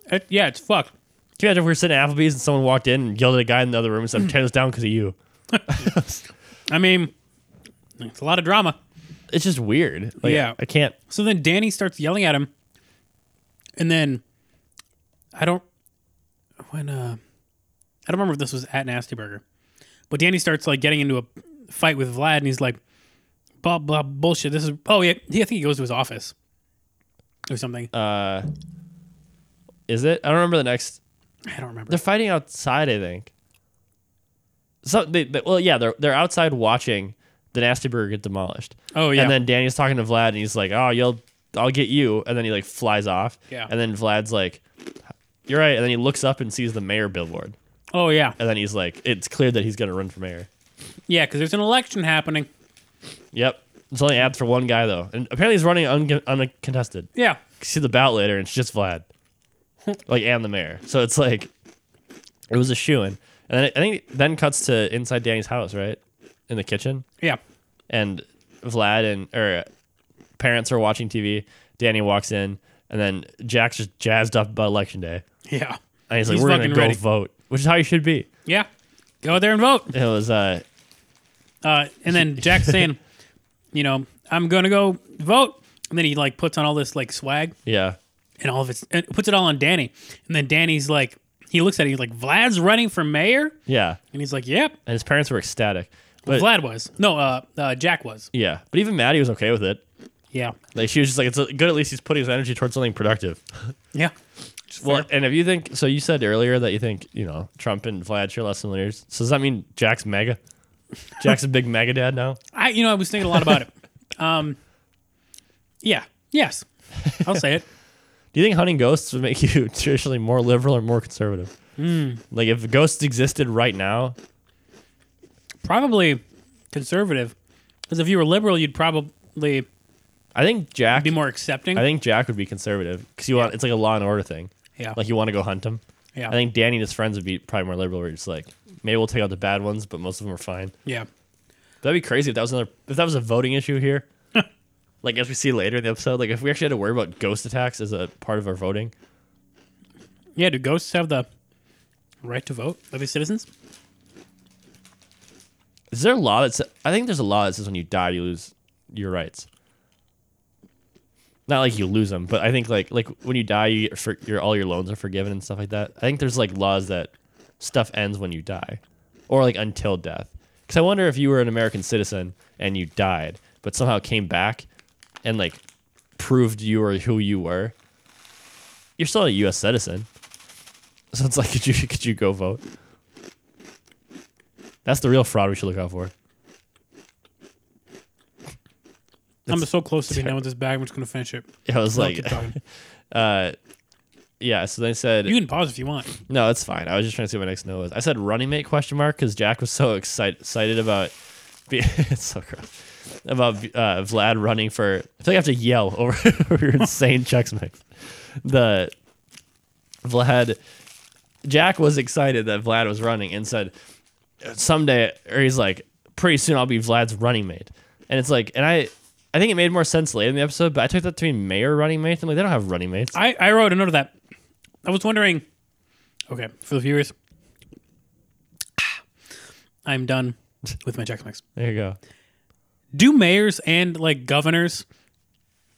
B: It- yeah, it's fucked.
C: Can you imagine if we were sitting at Applebee's and someone walked in and yelled at a guy in the other room and said, "I'm tearing this down because of you"?
B: I mean, it's a lot of drama.
C: It's just weird. Like,
B: Yeah.
C: I can't.
B: So then Danny starts yelling at him, and then I don't when uh I don't remember if this was at Nasty Burger, but Danny starts like getting into a fight with Vlad, and he's like, "Blah blah bullshit." This is oh yeah, yeah I think he goes to his office or something.
C: Uh, is it? I don't remember the next.
B: I don't remember.
C: They're fighting outside, I think. So they, they well, yeah, they're they're outside watching the nasty burger get demolished.
B: Oh, yeah.
C: And then Danny's talking to Vlad, and he's like, "Oh, you'll, I'll get you." And then he like flies off.
B: Yeah.
C: And then Vlad's like, "You're right." And then he looks up and sees the mayor billboard,
B: oh yeah,
C: and then he's like, "It's clear that he's gonna run for mayor."
B: yeah, because there's an election happening.
C: Yep. It's only ads for one guy though, and apparently he's running un- uncontested.
B: Yeah,
C: see the ballot later, and it's
B: (laughs)
C: just Vlad, like and the mayor. So it's like it was a shoe in, and then I think it then cuts to inside Danny's house, right, in the kitchen,
B: yeah,
C: and Vlad and or parents are watching TV. Danny walks in, and then Jack's just jazzed up about election day,
B: yeah,
C: and he's like,
B: He's
C: "We're gonna
B: fucking
C: go
B: ready.
C: vote," which is how you should be.
B: yeah. Go there and vote.
C: It was uh,
B: Uh, and then Jack's saying, you know, I'm gonna go vote. And then he like puts on all this like swag
C: yeah,
B: and all of it's and puts it all on Danny. And then Danny's like, he looks at it, he's like, Vlad's running for mayor,
C: yeah,
B: and he's like, Yep,
C: and his parents were ecstatic, but
B: Vlad was. No, uh, uh, Jack was.
C: yeah, but even Maddie was okay with it.
B: Yeah,
C: Like she was just like, "It's good. At least he's putting his energy towards something productive."
B: yeah,
C: Well, and if you think so, you said earlier that you think you know Trump and Vlad share less than leaders. So does that mean Jack's mega? Jack's a big mega dad now.
B: I you know I was thinking a lot about it. (laughs) Um, yeah, yes, I'll say it.
C: Do you think hunting ghosts would make (laughs) you traditionally more liberal or more conservative?
B: Hmm.
C: Like if ghosts existed right now,
B: Probably conservative, because if you were liberal, you'd probably
C: I think Jack.
B: be more accepting.
C: I think Jack would be conservative because you want it's like a law and order thing.
B: yeah,
C: Like you want to go hunt them.
B: yeah,
C: I think Danny and his friends would be probably more liberal. Where it's like maybe we'll take out the bad ones, but most of them are fine.
B: yeah.
C: That'd be crazy if that was another if that was a voting issue here. like as we see later in the episode, like if we actually had to worry about ghost attacks as a part of our voting.
B: Yeah, do ghosts have the right to vote? Are they citizens?
C: Is there a law that's I think there's a law that says when you die you lose your rights. Not like you lose them, but I think like like when you die you get for, your all your loans are forgiven and stuff like that. I think there's like laws that stuff ends when you die or like until death. Cuz I wonder if you were an American citizen and you died but somehow came back and like proved you were who you were. You're still a US citizen. So it's like (laughs) could you could you go vote? That's the real fraud we should look out for.
B: I'm so close to being done with this bag. I'm just going to finish it.
C: It was (laughs)
B: I'll
C: like
B: keep talking.
C: uh, yeah, so they said
B: You can pause if you want.
C: no, it's fine. I was just trying to see what my next note was. I said running mate question mark because Jack was so excited excited about be- (laughs) it's so gross about uh, Vlad running for. I feel like I have to yell (laughs) over, over your insane checks mix. The Vlad Jack was excited that Vlad was running and said someday or he's like pretty soon I'll be Vlad's running mate. And it's like and I I think it made more sense later in the episode, but I took that to mean mayor running mate. I'm like they don't have running mates.
B: I, I wrote a note of that. I was wondering. Okay, for the viewers, Ah, I'm done with my Chex Mix.
C: There you go.
B: Do mayors and like governors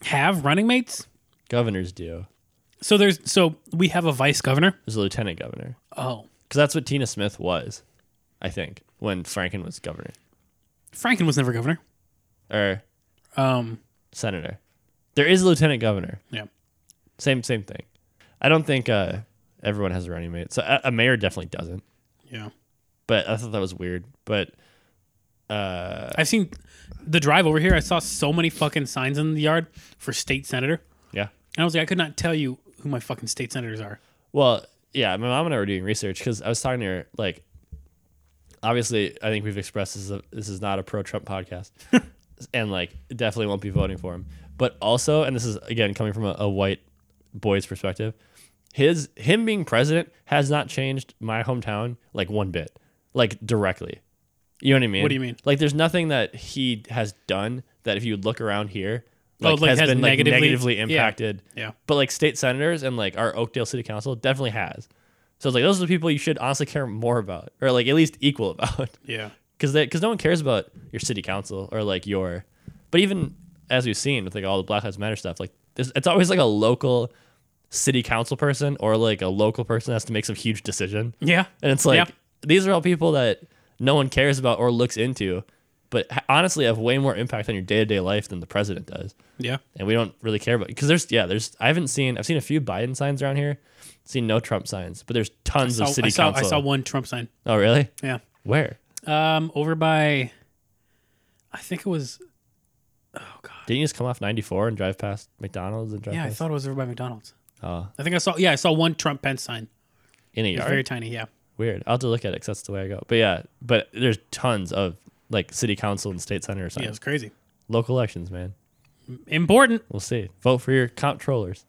B: have running mates?
C: Governors do.
B: So there's so we have a vice governor.
C: There's a lieutenant governor.
B: Oh,
C: Because that's what Tina Smith was, I think, when Franken was governor
B: Franken was never governor.
C: or
B: Um,
C: senator. There is a lieutenant governor.
B: yeah.
C: Same same thing. I don't think uh, everyone has a running mate. So uh, a, a mayor definitely doesn't.
B: Yeah.
C: But I thought that was weird. But
B: I've seen the drive over here. I saw so many fucking signs in the yard for state senator.
C: yeah.
B: And I was like, I could not tell you who my fucking state senators are.
C: Well, yeah, my mom and I were doing research because I was talking to her. Like, obviously, I think we've expressed this is, a, this is not a pro
B: (laughs)
C: Trump podcast, and like, definitely won't be voting for him. But also, and this is again coming from a, a white boy's perspective, his him being president has not changed my hometown like one bit, like directly. You know what I mean?
B: What do you mean?
C: Like, there's nothing that he has done that if you look around here,
B: Oh,
C: like,
B: like,
C: has,
B: has
C: been like,
B: negatively-
C: negatively
B: yeah.
C: impacted
B: Yeah.
C: but like state senators and like our Oakdale City Council definitely has. So it's like those are the people you should honestly care more about, or like at least equal about, (laughs)
B: Yeah.
C: because because no one cares about your city council or like your, but even as we've seen with like all the Black Lives Matter stuff, like it's, it's always like a local city council person or like a local person has to make some huge decision,
B: Yeah.
C: and it's like
B: Yeah.
C: these are all people that no one cares about or looks into, but h- honestly have way more impact on your day to day life than the president does
B: Yeah.
C: and we don't really care about because there's yeah there's I haven't seen I've seen a few Biden signs around here, seen no Trump signs, but there's tons
B: So
C: of
B: Oh,
C: city
B: I saw
C: council.
B: I saw one Trump sign.
C: Oh really?
B: Yeah.
C: Where?
B: Um, over by, I think it was.
C: Didn't you just come off 94 and drive past McDonald's and drive
B: Yeah, I
C: past
B: thought it was over by McDonald's.
C: Oh.
B: I think I saw. Yeah, I saw one Trump Pence sign.
C: in a
B: It's
C: yard?
B: very tiny. Yeah.
C: Weird. I'll have to look at it because that's the way I go. But yeah, but there's tons of like city council and state senator signs.
B: Yeah, it's crazy.
C: Local elections, man.
B: Important.
C: We'll see. Vote for your comptrollers.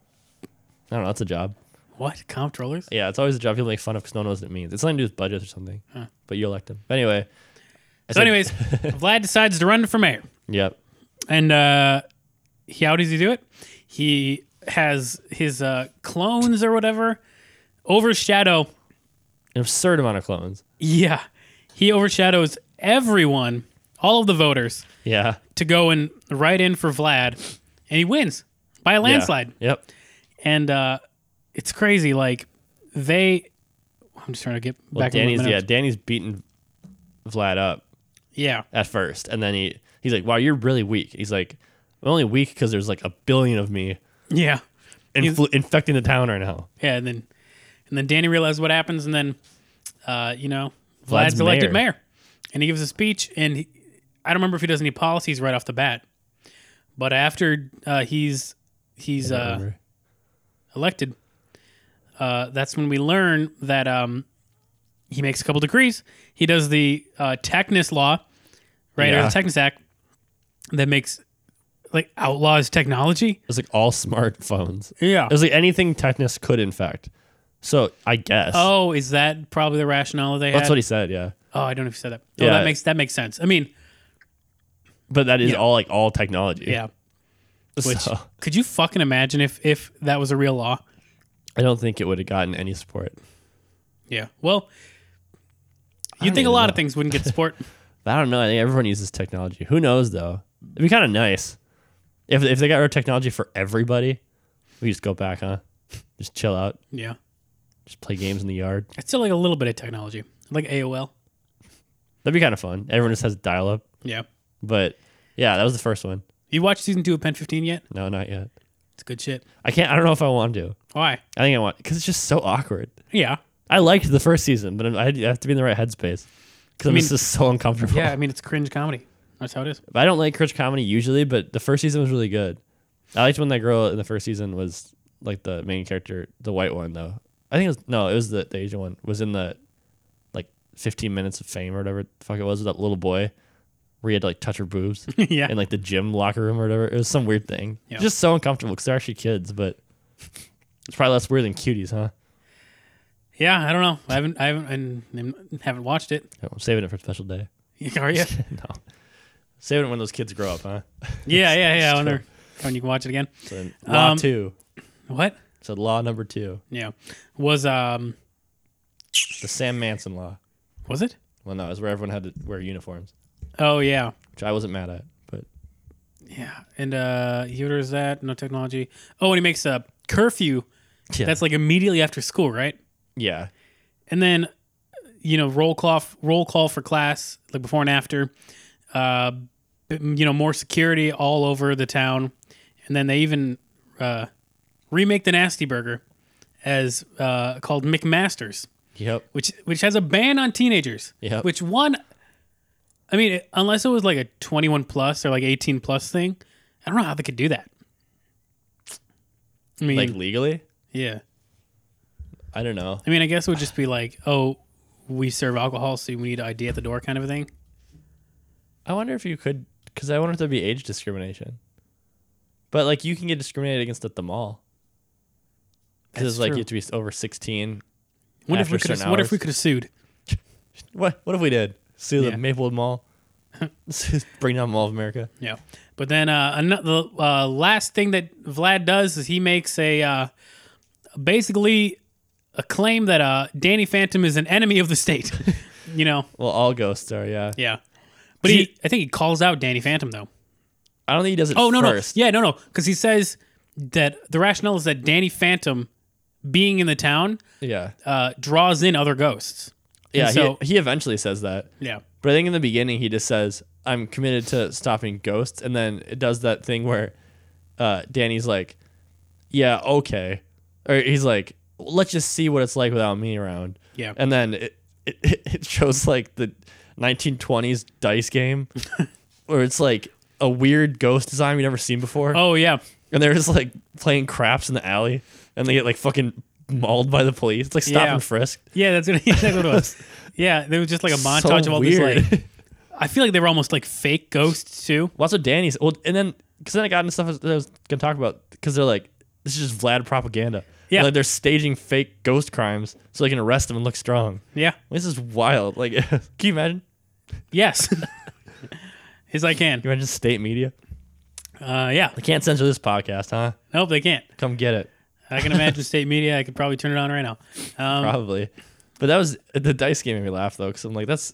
C: I don't know. That's a job.
B: What comptrollers?
C: Yeah, it's always a job people make fun of because no one knows what it means. It's something to do with budgets or something. But you elect them. But anyway. I
B: So,
C: said- (laughs)
B: anyways, Vlad decides to run for mayor,
C: Yep.
B: and uh, he, how does he do it? He has his uh, clones or whatever overshadow.
C: An absurd amount of clones.
B: Yeah, he overshadows everyone, all of the voters,
C: Yeah.
B: to go and write in for Vlad, and he wins by a landslide.
C: Yeah. Yep.
B: and uh, it's crazy. Like they, I'm just trying to get
C: Well,
B: back. in
C: Danny's
B: the
C: yeah, Danny's beating Vlad up
B: yeah,
C: at first, and then he he's like, "Wow, you're really weak." He's like, "I'm only weak because there's like a billion of me
B: yeah,
C: influ- infecting the town right now."
B: yeah. And then, and then Danny realizes what happens, and then, uh, you know,
C: Vlad's
B: Vlad's, elected
C: mayor.
B: mayor. and he gives a speech, and he, I don't remember if he does any policies right off the bat, but after uh, he's he's uh,
C: Remember?
B: elected, uh, that's when we learn that um, he makes a couple decrees. He does the uh, Technus Law, right,
C: Yeah.
B: or the Technus Act, that makes like outlaws technology.
C: It was like all smartphones.
B: Yeah.
C: It was like anything Technus could infect. So I guess
B: Oh, is that probably the rationale they
C: that's
B: had?
C: what he said. Yeah,
B: oh, I don't know if you said that. Oh,
C: Yeah.
B: that makes that makes sense. I mean,
C: but that is
B: Yeah.
C: all like all technology.
B: (laughs) yeah. Which
C: (laughs) So,
B: could you fucking imagine if if that was a real law?
C: I don't think it would have gotten any support.
B: Yeah. Well,
C: don't
B: you'd think a
C: even
B: lot
C: know.
B: of things wouldn't get (laughs) support.
C: But I don't know. I think everyone uses technology. Who knows though? It'd be kind of nice if if they got rid of technology for everybody. We just go back, huh? (laughs) Just chill out.
B: yeah.
C: Just play games in the yard.
B: It's still like a little bit of technology, like AOL.
C: That'd be kind of fun. Everyone just has dial up.
B: Yeah.
C: But yeah, that was the first one.
B: You watched season two of Pen 15 yet?
C: No, not yet.
B: It's good shit.
C: I can't. I don't know if I want to.
B: Why?
C: I think I want because it's just so awkward.
B: Yeah.
C: I liked the first season, but I I have to be in the right headspace because I
B: mean-
C: this is so uncomfortable.
B: (laughs) Yeah, I mean, it's cringe comedy. That's how it is.
C: But I don't like cringe comedy usually, but the first season was really good. I liked when that girl in the first season was like the main character, the white one though. I think it was no, it was the, the Asian one. Was in the like 15 minutes of fame or whatever the fuck it was with that little boy where he had to like touch her boobs
B: (laughs) yeah.
C: in like the gym locker room or whatever. It was some weird thing.
B: Yeah.
C: Just so uncomfortable because they're actually kids, but it's probably less weird than cuties, huh?
B: yeah, I don't know. I haven't I haven't I haven't watched it. (laughs)
C: Yeah, Oh, I'm saving it for a special day.
B: Are you?
C: (laughs) no. Saving it when those kids grow up, huh?
B: Yeah, yeah, yeah. When, they're, when you can watch it again.
C: So
B: (laughs)
C: law
B: Um,
C: two.
B: What?
C: So law number two,
B: Yeah. Was um
C: the Sam Manson law.
B: was it?
C: Well, no, it's where everyone had to wear uniforms,
B: Oh yeah.
C: which I wasn't mad at, but
B: Yeah. And uh he orders that, no technology. Oh, and he makes a curfew.
C: yeah,
B: That's like immediately after school, right?
C: yeah,
B: And then you know, roll call roll call for class, like before and after. Uh b- you know, more security all over the town. And then they even uh remake the nasty burger as uh called McMasters.
C: yep,
B: which which has a ban on teenagers.
C: Yep.
B: Which one? I mean, unless it was like a 21 plus or like 18 plus thing, I don't know how they could do that. I mean,
C: like legally.
B: yeah.
C: I don't know.
B: I mean, I guess it would just be like, oh, we serve alcohol, so we need ID at the door, kind of a thing.
C: I wonder if you could, because I wonder if there'd be age discrimination. But like, you can get discriminated against at the mall.
B: That's
C: Because like
B: true.
C: you have to be over sixteen.
B: What if
C: After
B: we could?
C: certain
B: What if we
C: hours.
B: could have sued?
C: What what if we did sue
B: Yeah.
C: the Maplewood (laughs) Mall? Bring down Mall of America.
B: Yeah. But then uh, another the uh, last thing that Vlad does is he makes a uh, basically a claim that uh, Danny Phantom is an enemy of the state. (laughs) you know.
C: Well, all ghosts are. Yeah.
B: Yeah. But
C: He-
B: he, I think he calls out Danny Phantom though.
C: I don't think he does it.
B: Oh no
C: first.
B: no, yeah no no, because he says that the rationale is that Danny Phantom, being in the town,
C: Yeah.
B: uh, draws in other ghosts.
C: Yeah.
B: And so
C: he, he eventually says that.
B: yeah,
C: But I think in the beginning he just says, "I'm committed to stopping ghosts," and then it does that thing where uh, Danny's like, "Yeah, okay," or he's like, "Let's just see what it's like without me around."
B: Yeah.
C: and then it it, (laughs) it shows like the 1920s
B: (laughs)
C: dice game where it's like a weird ghost design we've never seen before,
B: oh yeah,
C: and they're just like playing craps in the alley, and they get like fucking mauled by the police. It's like stop
B: Yeah.
C: and frisk.
B: yeah that's what, (laughs) that's what it was. Yeah, there was just like a montage
C: So
B: of all
C: weird. (laughs)
B: these like. I feel like they were almost like fake ghosts too.
C: Well, that's what Danny said. Well, and then because then I got into stuff I was- that I was gonna talk about because they're like, this is just Vlad propaganda.
B: Yeah.
C: like they're staging fake ghost crimes so they can arrest him and look strong.
B: Yeah.
C: This is wild. Like, (laughs) can you imagine?
B: (laughs) Yes. Yes, I can.
C: Can you imagine state media?
B: Uh, yeah.
C: They can't censor this podcast, huh?
B: Nope, they can't.
C: Come get it,
B: I can (laughs) imagine state media. I could probably turn it on right now. Um,
C: probably. But that was the dice game made me laugh though, because I'm like, that's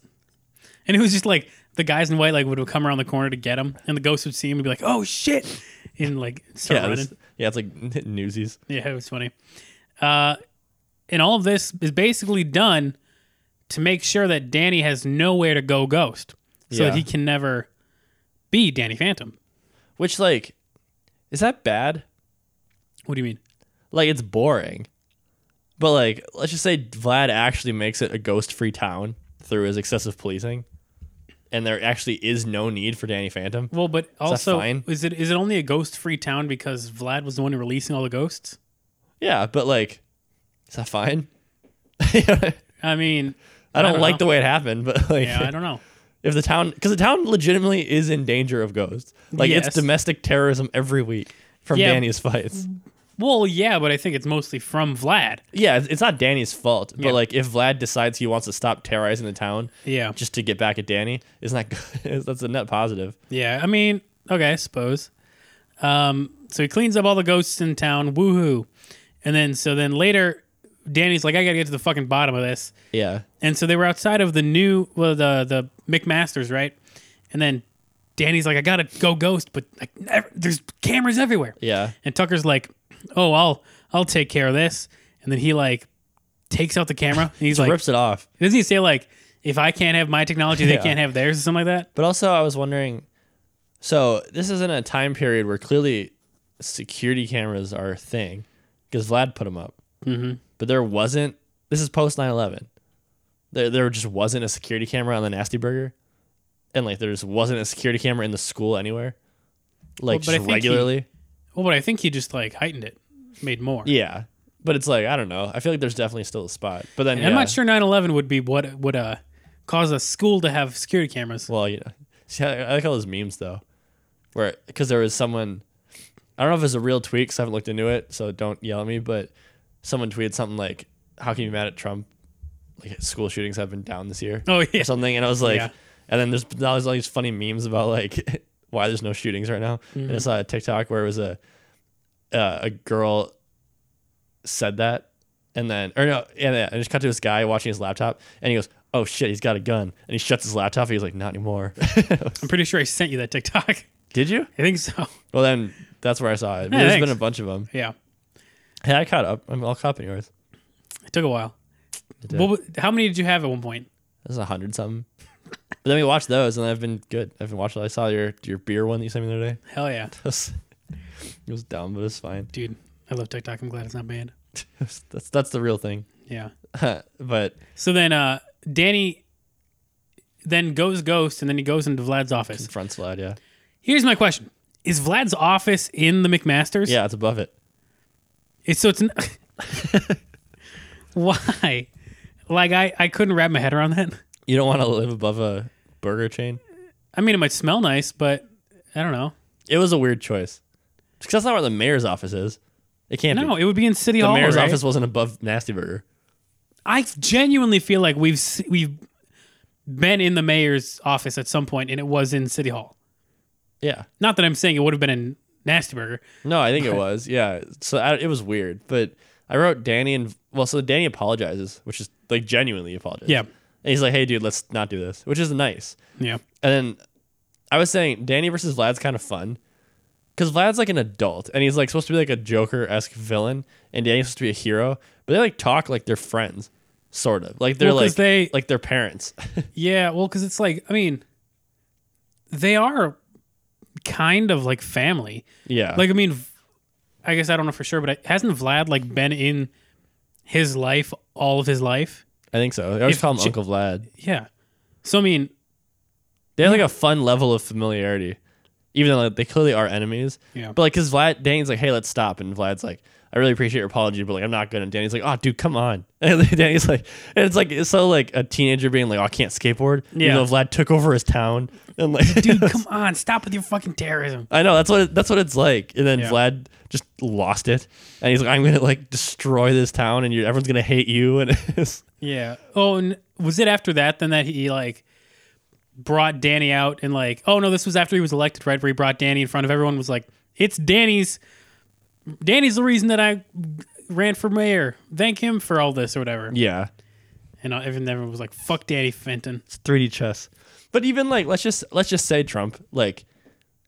B: And it was just like the guys in white like would come around the corner to get him, and the ghost would see him and be like, "Oh shit!" and like start
C: yeah,
B: running.
C: this- yeah, it's like (laughs) newsies.
B: Yeah, it was funny. Uh, and all of this is basically done to make sure that Danny has nowhere to go ghost, so that
C: Yeah.
B: he can never be Danny Phantom.
C: Which like, is that bad?
B: What do you mean?
C: Like, it's boring. But like, let's just say Vlad actually makes it a ghost-free town through his excessive policing, and there actually is no need for Danny Phantom.
B: Well, but also,
C: fine?
B: is it is it only a ghost-free town because Vlad was the one releasing all the ghosts?
C: Yeah, but like, is that fine? (laughs) I
B: I mean,
C: don't like
B: know.
C: the way it happened, but like,
B: Yeah, I don't
C: (laughs)
B: know.
C: if the town, because the town legitimately is in danger of ghosts. Like,
B: Yes.
C: it's domestic terrorism every week from
B: Yeah.
C: Danny's fights.
B: Well, yeah, but I think it's mostly from Vlad.
C: Yeah, it's- it's not Danny's fault, but
B: Yeah.
C: like, if Vlad decides he wants to stop terrorizing the town,
B: Yeah.
C: just to get back at Danny, isn't that (laughs) good? that's a net positive?
B: Yeah, I mean, okay, I suppose. Um, so he cleans up all the ghosts in town, woohoo. And then so then later Danny's like, I gotta get to the fucking bottom of this.
C: Yeah.
B: And so they were outside of the new well the the McMasters, right? And then Danny's like, I gotta go ghost, but like never, there's cameras everywhere.
C: Yeah.
B: And Tucker's like, Oh, I'll I'll take care of this. And then he like takes out the camera and he's
C: Just
B: like
C: rips it off.
B: doesn't he say like if I can't have my technology, they
C: Yeah.
B: can't have theirs or something like that?
C: But also, I was wondering. So this is in a time period where clearly security cameras are a thing because Vlad put them up. Mm-hmm. But there wasn't. This is post 9/11. There, there just wasn't a security camera on the Nasty Burger, and like there just wasn't a security camera in the school anywhere, like
B: but I think
C: just
B: he-
C: regularly.
B: Well, but I think he just like heightened it. made more.
C: Yeah. But it's like, I don't know. I feel like there's definitely still a spot. But then
B: And I'm
C: yeah.
B: not sure 9/11 would be what would uh cause a school to have security cameras.
C: Well, you know, (laughs) see, I, I like all those memes though, where because there was someone, I don't know if it's a real tweet because I haven't looked into it, so don't yell at me. But someone tweeted something like, "How can you be mad at Trump? Like school shootings have been down this year,
B: Oh (laughs) yeah.
C: or something." And I was like,
B: Yeah.
C: and then there's now there's all these funny memes about like (laughs) why there's no shootings right now.
B: Mm-hmm.
C: And I saw a TikTok where it was a uh, a girl said that, and then or no, and then I just cut to this guy watching his laptop, and he goes, "Oh shit, he's got a gun," and he shuts his laptop. He's like, "Not anymore." (laughs)
B: I'm pretty sure I sent you that TikTok. (laughs) I
C: Did you?
B: think so.
C: Well, then that's where I saw it. I mean,
B: Yeah,
C: There's
B: thanks.
C: been a bunch of them.
B: Yeah.
C: Hey, I caught up. I'm all caught up in yours.
B: It took a while.
C: did.
B: What, wa- how many did you have at one point?
C: There's a hundred (laughs) something. But then we watched those, and I've been good. I've been watching. I saw your your beer one that you sent me the other day. (laughs)
B: Hell yeah,
C: That was- it was dumb, but it's fine.
B: dude. I love TikTok. I'm glad it's not banned.
C: That's that's the real thing.
B: Yeah.
C: but
B: So then uh Danny then goes ghost and then he goes into Vlad's office.
C: front slide, yeah,
B: Here's my question. Is Vlad's office in the McMasters?
C: yeah, it's above it.
B: It's so it's n- (laughs) Why? Like I I couldn't wrap my head around that.
C: You don't want to live above a burger chain.
B: I mean it might smell nice, but I don't know.
C: It was a weird choice because that's not where the mayor's office is. It can't
B: No,
C: be.
B: it would be in City
C: The
B: Hall.
C: mayor's
B: right?
C: office wasn't above Nasty Burger.
B: I genuinely feel like we've s- we've been in the mayor's office at some point, and it was in City Hall.
C: Yeah,
B: Not that I'm saying it would have been in Nasty Burger.
C: No, I think it was. Yeah. So I, it was weird, but I wrote Danny and well, so Danny apologizes, which is like genuinely apologizes.
B: Yeah.
C: And he's like, "Hey, dude, let's not do this," which is nice.
B: Yeah,
C: And then I was saying Danny versus Vlad's kind of fun because Vlad's like an adult and he's like supposed to be like a Joker esque villain, and Danny's supposed to be a hero, but they like talk like they're friends, sort of like they're
B: Well, 'cause
C: like
B: they-
C: like their parents. (laughs)
B: yeah. Well, because it's like I mean, they are kind of like family.
C: yeah.
B: Like I mean, v- I guess I don't know for sure, but I- hasn't Vlad like been in his life all of his life?
C: I think so. I always
B: if
C: call him
B: J-
C: Uncle Vlad.
B: Yeah. So I mean,
C: They have like a fun level of familiarity, even though like, they clearly are enemies.
B: Yeah.
C: But like, cause Vlad, Danny's like, "Hey, let's stop," and Vlad's like, "I really appreciate your apology, but like, I'm not good." And Danny's like, "Oh, dude, come on." (laughs) And then Danny's like, and it's like it's so like a teenager being like, "Oh, I can't skateboard."
B: Yeah.
C: Even though Vlad took over his town, and like,
B: dude, come on, stop with your fucking terrorism.
C: (laughs) I know that's what it, that's what it's like. And then
B: Yeah.
C: Vlad just lost it, and he's like, "I'm gonna like destroy this town, and you everyone's gonna hate you." And (laughs) it's,
B: Yeah. Oh, and was it after that then that he like brought Danny out and like oh no, this was after he was elected, right? Where he brought Danny in front of everyone was like, It's Danny's Danny's the reason that I ran for mayor. Thank him for all this or whatever.
C: yeah,
B: And uh, everyone everyone was like, Fuck Danny Fenton.
C: It's 3D chess. But even like let's just let's just say Trump like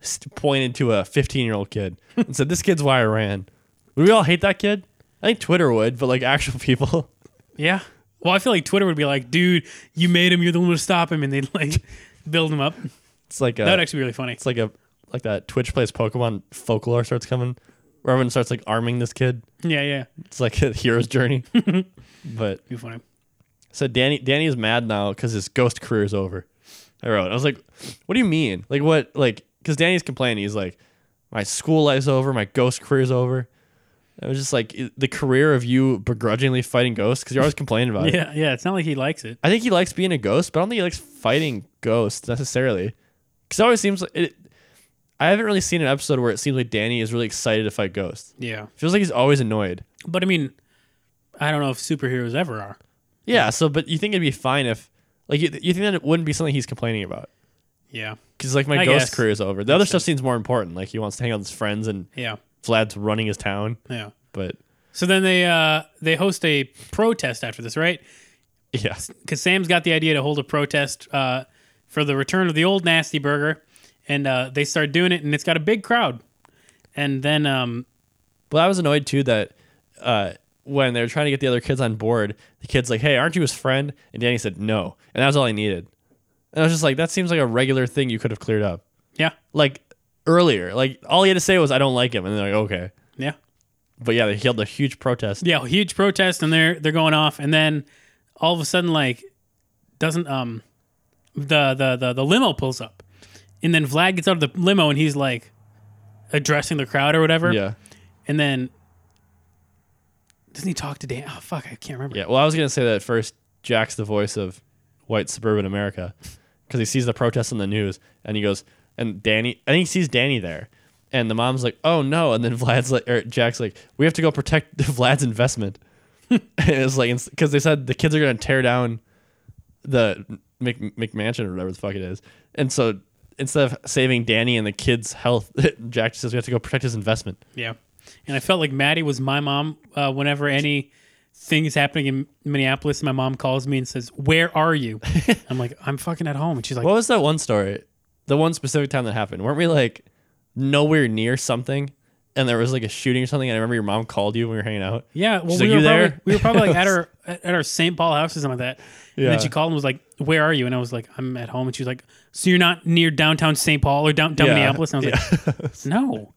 C: st- pointed to a 15 year old kid and said, "This kid's why I ran." Would we all hate that kid? I think Twitter would, but like actual (laughs) people,
B: Yeah. Well, I feel like Twitter would be like, dude, you made him, you're the one to stop him, and they'd like (laughs) build him up.
C: it's like a
B: That would actually be really funny.
C: it's like a like that Twitch plays Pokemon folklore starts coming, where everyone starts like arming this kid.
B: Yeah, yeah.
C: It's like a hero's journey. but
B: Be funny.
C: so Danny Danny is mad now because his ghost career is over. I wrote. I was like, "What do you mean? Like what? Like because Danny's complaining. He's like, my school life's over. My ghost career's over. I was just like i- the career of you begrudgingly fighting ghosts because you're always complaining about
B: (laughs)
C: it.
B: Yeah, yeah. It's not like he likes it.
C: I think he likes being a ghost, but I don't think he likes fighting ghosts necessarily. Because it always seems like it. I haven't really seen an episode where it seems like Danny is really excited to fight ghosts.
B: Yeah.
C: Feels like he's always annoyed.
B: But I mean, I don't know if superheroes ever are.
C: Yeah. So, but you think it'd be fine if, like, you, you think that it wouldn't be something he's complaining about.
B: Yeah.
C: Because like my
B: I
C: ghost
B: guess.
C: career is over. The other stuff seems more important. Like he wants to hang out with his friends, and
B: Yeah.
C: Vlad's running his town.
B: Yeah.
C: But (laughs)
B: So then they uh, they host a protest after this, right?
C: yeah,
B: Because Sam's got the idea to hold a protest uh, for the return of the old nasty burger, and uh, they start doing it, and it's got a big crowd. And then um,
C: but I was annoyed too that uh, when they were trying to get the other kids on board, the kid's like, "Hey, aren't you his friend?" And Danny said, "No," and that was all I needed. And I was just like, "That seems like a regular thing you could have cleared up,
B: yeah,
C: like earlier. Like all he had to say was, "I don't like him," and they're like, "Okay."
B: yeah,
C: But yeah, they held a huge protest.
B: yeah, huge protest, and they're they're going off, and then all of a sudden, like, doesn't um, the the the, the limo pulls up, and then Vlad gets out of the limo, and he's like addressing the crowd or whatever,
C: Yeah,
B: And then Doesn't he talk to Dan? Oh fuck, I can't remember.
C: Yeah. Well, I was gonna say that first. Jack's the voice of white suburban America because he sees the protest on the news and he goes and Danny. I think he sees Danny there, and the mom's like, "Oh no!" And then (laughs) Vlad's like, or Jack's like, "We have to go protect (laughs) Vlad's investment." (laughs) and it's like because they said the kids are gonna tear down the Mc, McMansion or whatever the fuck it is, and so instead of saving Danny and the kids' health, (laughs) Jack just says we have to go protect his investment.
B: Yeah. And I felt like Maddie was my mom uh, whenever any thing is happening in Minneapolis. My mom calls me and says, Where are you? I'm like, I'm fucking at home. And she's like,
C: What was that one story? The one specific time that happened. Weren't we like nowhere near something? And there was like a shooting or something. And I remember your mom called you when we were hanging out.
B: Yeah, well,
C: She's
B: we, were
C: like,
B: probably,
C: "You there?"
B: we were probably like at
C: (laughs)
B: our at our St. Paul house or something like that. And
C: Yeah.
B: then she called and was like, "Where are you?" And I was like, "I'm at home." And she was like, "So you're not near downtown St. Paul or downtown
C: Yeah.
B: Minneapolis?" And I was like, "No."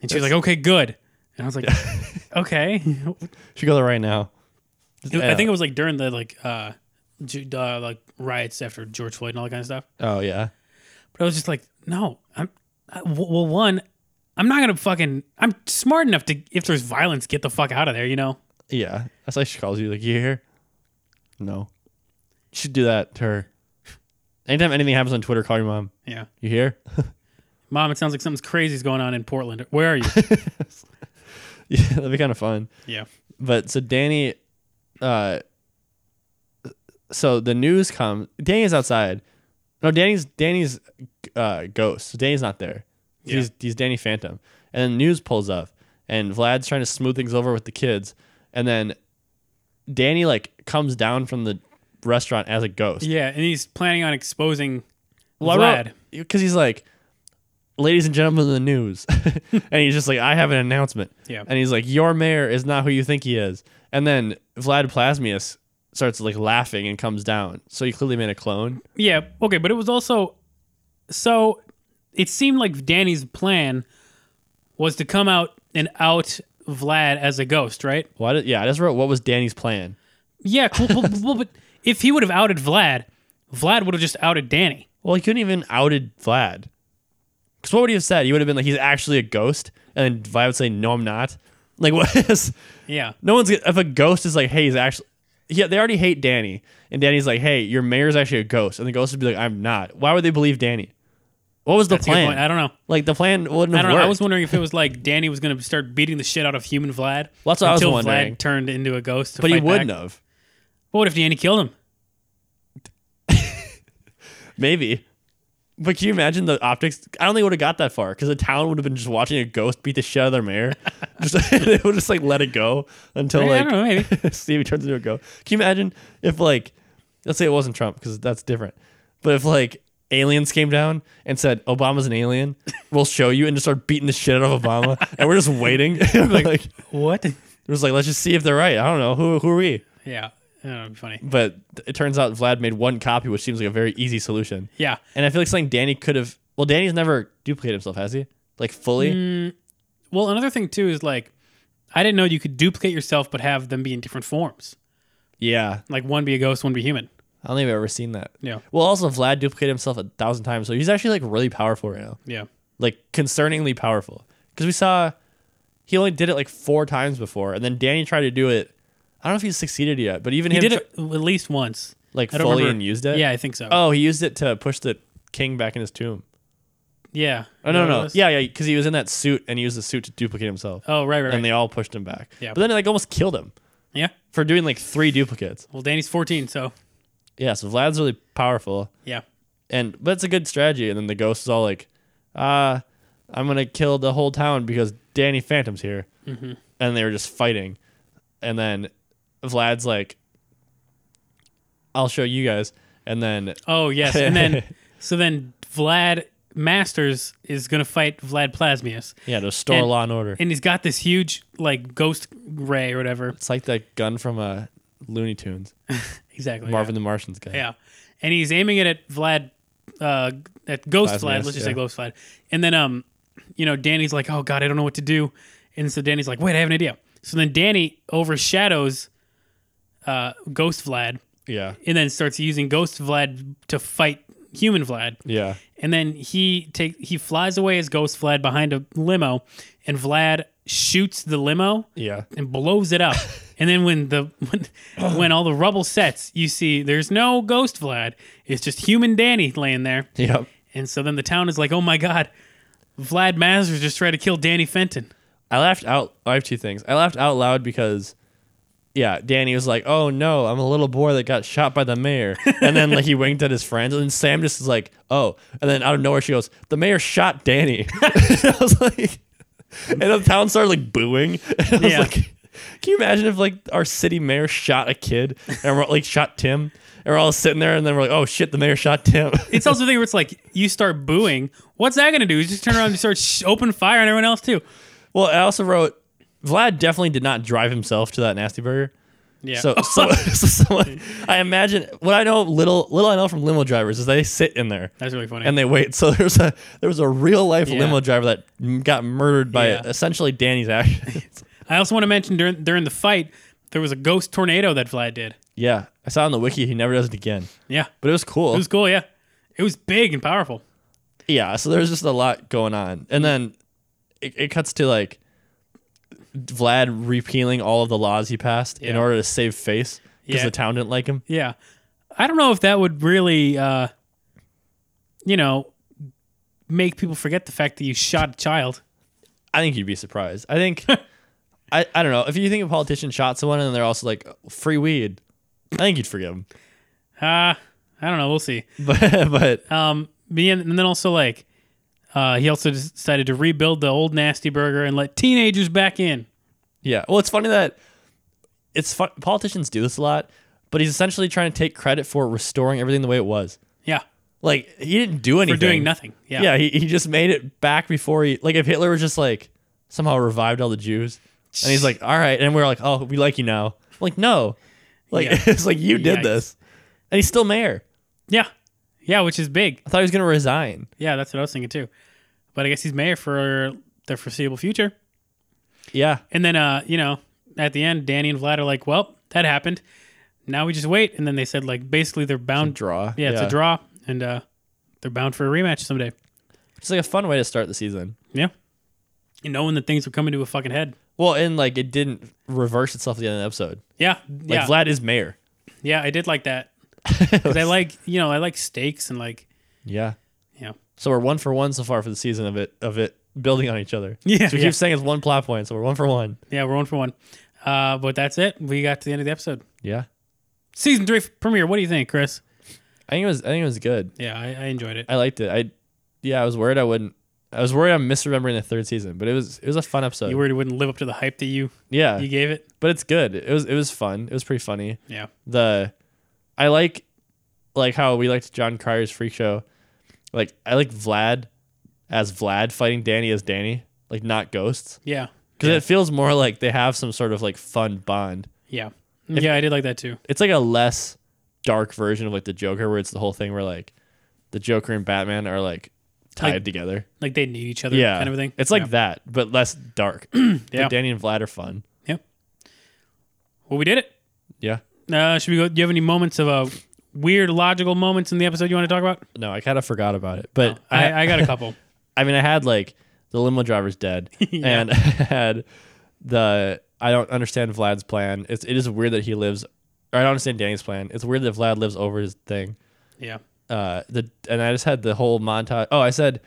B: And she was like, "Okay, good." And I
C: (laughs)
B: was like, "Okay."
C: Should go there right now.
B: I think it was like during the like uh, ju- uh like riots after George Floyd and all that kind of stuff.
C: Oh, yeah.
B: But I was just like, "No, I'm I, w- well, one, I'm not gonna fucking. I'm smart enough to if there's violence, get the fuck out of there, you know."
C: Yeah. That's why she calls you. Like, you here? No. You should do that to her. Anytime anything happens on Twitter, call your mom.
B: Yeah.
C: You here? (laughs)
B: Mom, it sounds like something's crazy is going on in Portland. Where are you?
C: (laughs) yeah, that'd be kind of fun.
B: yeah.
C: But so Danny, uh, so the news comes. Danny's outside. No, Danny's Danny's uh, ghost. So Danny's not there.
B: Yeah.
C: He's he's Danny Phantom. And the news pulls up, and Vlad's trying to smooth things over with the kids, and then Danny like comes down from the restaurant as a ghost.
B: Yeah, and he's planning on exposing Vlad.
C: because he's like, ladies and gentlemen of the news, (laughs) and he's just like, I have an announcement.
B: Yeah.
C: and he's like, your mayor is not who you think he is. And then Vlad Plasmius starts like laughing and comes down. So he clearly made a clone.
B: Yeah, okay, but it was also so it seemed like Danny's plan was to come out and out Vlad as a ghost, right?
C: Why? Did, yeah, I just wrote what was Danny's plan.
B: Yeah, cool, cool, cool, but (laughs) if he would have outed Vlad, Vlad would have just outed Danny.
C: Well, he couldn't even outed Vlad. Because what would he have said? He would have been like, he's actually a ghost, and then Vlad would say, no, I'm not. Like (laughs) what is?
B: Yeah.
C: No one's if a ghost is like, hey, he's actually. Yeah, they already hate Danny, and Danny's like, "Hey, your mayor's actually a ghost," and the ghost would be like, "I'm not." Why would they believe Danny? What was the
B: That's a good
C: plan?
B: point. I don't know.
C: Like the plan wouldn't
B: I
C: have
B: don't know.
C: worked.
B: I was wondering if it was like Danny was going to start beating the shit out of human Vlad
C: Well, that's what I was
B: until
C: wondering.
B: Vlad turned into a ghost. To
C: but he
B: fight
C: wouldn't
B: back.
C: have.
B: But what if Danny killed him?
C: Maybe. But can you imagine the optics? I don't think it would have got that far because the town would have been just watching a ghost beat the shit out of
B: (laughs)
C: their mayor. just, (laughs) they would just like let it go until
B: Yeah, I
C: like
B: don't know, maybe.
C: (laughs) Stevie turns into a ghost. Can you imagine if like, let's say it wasn't Trump because that's different, but if like aliens came down and said Obama's
B: (laughs)
C: an alien, we'll show you and just start beating the shit out of Obama and we're
B: (laughs)
C: just waiting. (laughs) like, like,
B: What?
C: we're just like let's just see if they're right. I don't know who who are we,
B: Yeah, I don't know, it'd be funny.
C: but it turns out Vlad made one copy, which seems like a very easy solution.
B: Yeah,
C: And I feel like something Danny could have. Well, Danny's never duplicated himself, has he? Like fully.
B: Mm. Well, another thing too is like, I didn't know you could duplicate yourself, but have them be in different forms.
C: Yeah,
B: Like one be a ghost, one be human.
C: I don't think I've ever seen that.
B: Yeah,
C: Well, also Vlad duplicated himself a thousand times, so he's actually like really powerful right now,
B: yeah,
C: like concerningly powerful. Because we saw he only did it like four times before, and then Danny tried to do it. I don't know if he's succeeded yet, but even
B: he
C: him
B: did
C: tr-
B: it at least once.
C: like
B: I don't
C: fully
B: remember.
C: and used it.
B: Yeah, I think so.
C: Oh, he used it to push the king back in his tomb.
B: yeah.
C: Oh no, no, yeah, yeah, because he was in that suit and he used the suit to duplicate himself,
B: Oh right, right,
C: and
B: right.
C: they all pushed him back.
B: Yeah.
C: but then it like almost killed him
B: yeah.
C: for doing like three duplicates.
B: Well, Danny's fourteen, so
C: Yeah, so Vlad's really powerful,
B: yeah,
C: and but it's a good strategy. And then the ghost is all like, "Ah, I'm gonna kill the whole town because Danny Phantom's here,"
B: Mm-hmm.
C: and they were just fighting. And then Vlad's like, "I'll show you guys." And then
B: Oh yes, and
C: (laughs)
B: then so then Vlad Masters is gonna fight Vlad Plasmius,
C: yeah, to store
B: And-
C: Law and Order.
B: and he's got this huge like ghost ray or whatever.
C: it's like that gun from uh, Looney Tunes,
B: Exactly. Oh, yeah.
C: Marvin the Martian's guy.
B: Yeah, and he's aiming it at Vlad, uh, at Ghost
C: Vlad,
B: Vlad.
C: yes,
B: let's just
C: yeah.
B: say Ghost Vlad. And then, um, you know, Danny's like, "Oh God, I don't know what to do," and so Danny's like, "Wait, I have an idea." So then Danny overshadows uh, Ghost Vlad,
C: yeah,
B: and then starts using Ghost Vlad to fight Human Vlad.
C: yeah.
B: And then he take he flies away as Ghost Vlad behind a limo, and Vlad shoots the limo
C: Yeah.
B: and blows it up. and then when the when, when all the rubble sets, you see there's no ghost Vlad. It's just human Danny laying there.
C: Yep.
B: And so then the town is like, "Oh my god, Vlad Masters just tried to kill Danny Fenton."
C: I laughed out. I have two things. I laughed out loud because, yeah, Danny was like, "Oh no, I'm a little boy that got shot by the mayor," and then like he winked at his friends, and then Sam just is like, "Oh," and then out of nowhere she goes, "The mayor shot Danny." (laughs) I was like, and the town started like booing. (laughs) And I was
B: Yeah.
C: like, can you imagine if like our city mayor shot a kid and we're like shot Tim, and we're all sitting there, and then we're like, "Oh shit, the mayor shot Tim." (laughs)
B: It's also the thing where it's like you start booing. What's that going to do? You just turn around and start sh- open fire on everyone else too.
C: well, I also wrote, Vlad definitely did not drive himself to that nasty burger.
B: Yeah.
C: So,
B: (laughs)
C: so, (laughs) so someone, I imagine what I know little little I know from limo drivers is they sit in there
B: that's really funny.
C: and they wait. So there was a there was a real life
B: Yeah.
C: limo driver that m- got murdered by
B: Yeah.
C: essentially
B: (laughs)
C: Danny's actions.
B: I also want to mention during during the fight there was a ghost tornado that Vlad did.
C: yeah, I saw on the wiki he never does it again,
B: Yeah.
C: but it was cool.
B: It was cool, yeah. It was big and powerful.
C: yeah, so there's just a lot going on, and then it, it cuts to like Vlad repealing all of the laws he passed in
B: Yeah.
C: order to save face because
B: Yeah.
C: the town didn't like him.
B: Yeah. I don't know if that would really uh you know make people forget the fact that you shot a child.
C: I think you'd be surprised. I
B: (laughs)
C: think I, I don't know if you think a politician shot someone and they're also like free weed. I think you'd forgive them,
B: Uh I don't know, we'll see.
C: (laughs) but but
B: Um me and, and then also like uh he also decided to rebuild the old nasty burger and let teenagers back in.
C: yeah. Well, it's funny that it's fun. Politicians do this a lot, but he's essentially trying to take credit for restoring everything the way it was.
B: Yeah.
C: Like he didn't do
B: For
C: anything.
B: doing nothing.
C: Yeah, he, he just made it back before he like if Hitler was just like somehow revived all the Jews and he's like all right and we're like oh we like you now like no like
B: Yeah.
C: (laughs) it's like you did
B: Yikes.
C: this and he's still mayor.
B: Yeah. Yeah, which is big.
C: I thought he was gonna resign.
B: Yeah, that's what I was thinking too. But I guess he's mayor for the foreseeable future.
C: Yeah.
B: And then, uh, you know, at the end, Danny and Vlad are like, "Well, that happened. Now we just wait." And then they said, like, basically they're bound.
C: draw.
B: yeah, it's a draw, and uh, they're bound for a rematch someday.
C: It's like a fun way to start the season.
B: Yeah, and knowing that things were coming to a fucking head.
C: Well, and like it didn't reverse itself at the end of the episode.
B: Yeah,
C: Like
B: yeah,
C: Vlad is mayor.
B: yeah. I did like (laughs) that because I like, you know, I like stakes and like,
C: Yeah.
B: you know,
C: So we're one for one so far for the season of it of it building on each other.
B: (laughs) Yeah,
C: So we
B: yeah.
C: keep saying it's one plot point, so we're one for one.
B: yeah, we're one for one. Uh, but that's it. We got to the end of the episode.
C: Yeah.
B: Season three premiere. What do you think, Chris?
C: I think it was I think it was good.
B: Yeah, I, I enjoyed it.
C: I liked it. I yeah, I was worried I wouldn't I was worried I'm misremembering the third season, but it was it was a fun episode.
B: You worried it wouldn't live up to the hype that you
C: yeah.
B: you gave it?
C: but it's good. It was it was fun. It was pretty funny.
B: Yeah,
C: the I like like how we liked John Cryer's freak show. Like I like Vlad as Vlad fighting Danny as Danny, like not ghosts,
B: yeah,
C: because it feels more like they have some sort of like fun bond.
B: yeah, yeah. I did like that too.
C: It's like a less dark version of like the Joker, where it's the whole thing where like the Joker and Batman are like tied
B: Like-
C: together.
B: like they need each other
C: Yeah,
B: kind of thing.
C: It's like
B: yeah.
C: that, but less
B: (clears throat)
C: dark. yeah,
B: Yeah.
C: Danny and Vlad are fun.
B: Well, we did it.
C: Yeah.
B: Uh, should we go? Do you have any moments of uh, weird logical moments in the episode you want to talk about?
C: No, I kind of forgot about it, but I,
B: I, I got a couple.
C: I mean, I had like the limo driver's dead,
B: (laughs) Yeah.
C: and (laughs) I had the I don't understand Vlad's plan. It's it is weird that he lives. Or I don't understand Danny's plan. It's weird that Vlad lives over his thing.
B: (laughs) yeah,
C: Uh, the and I just had the whole montage. Oh, I said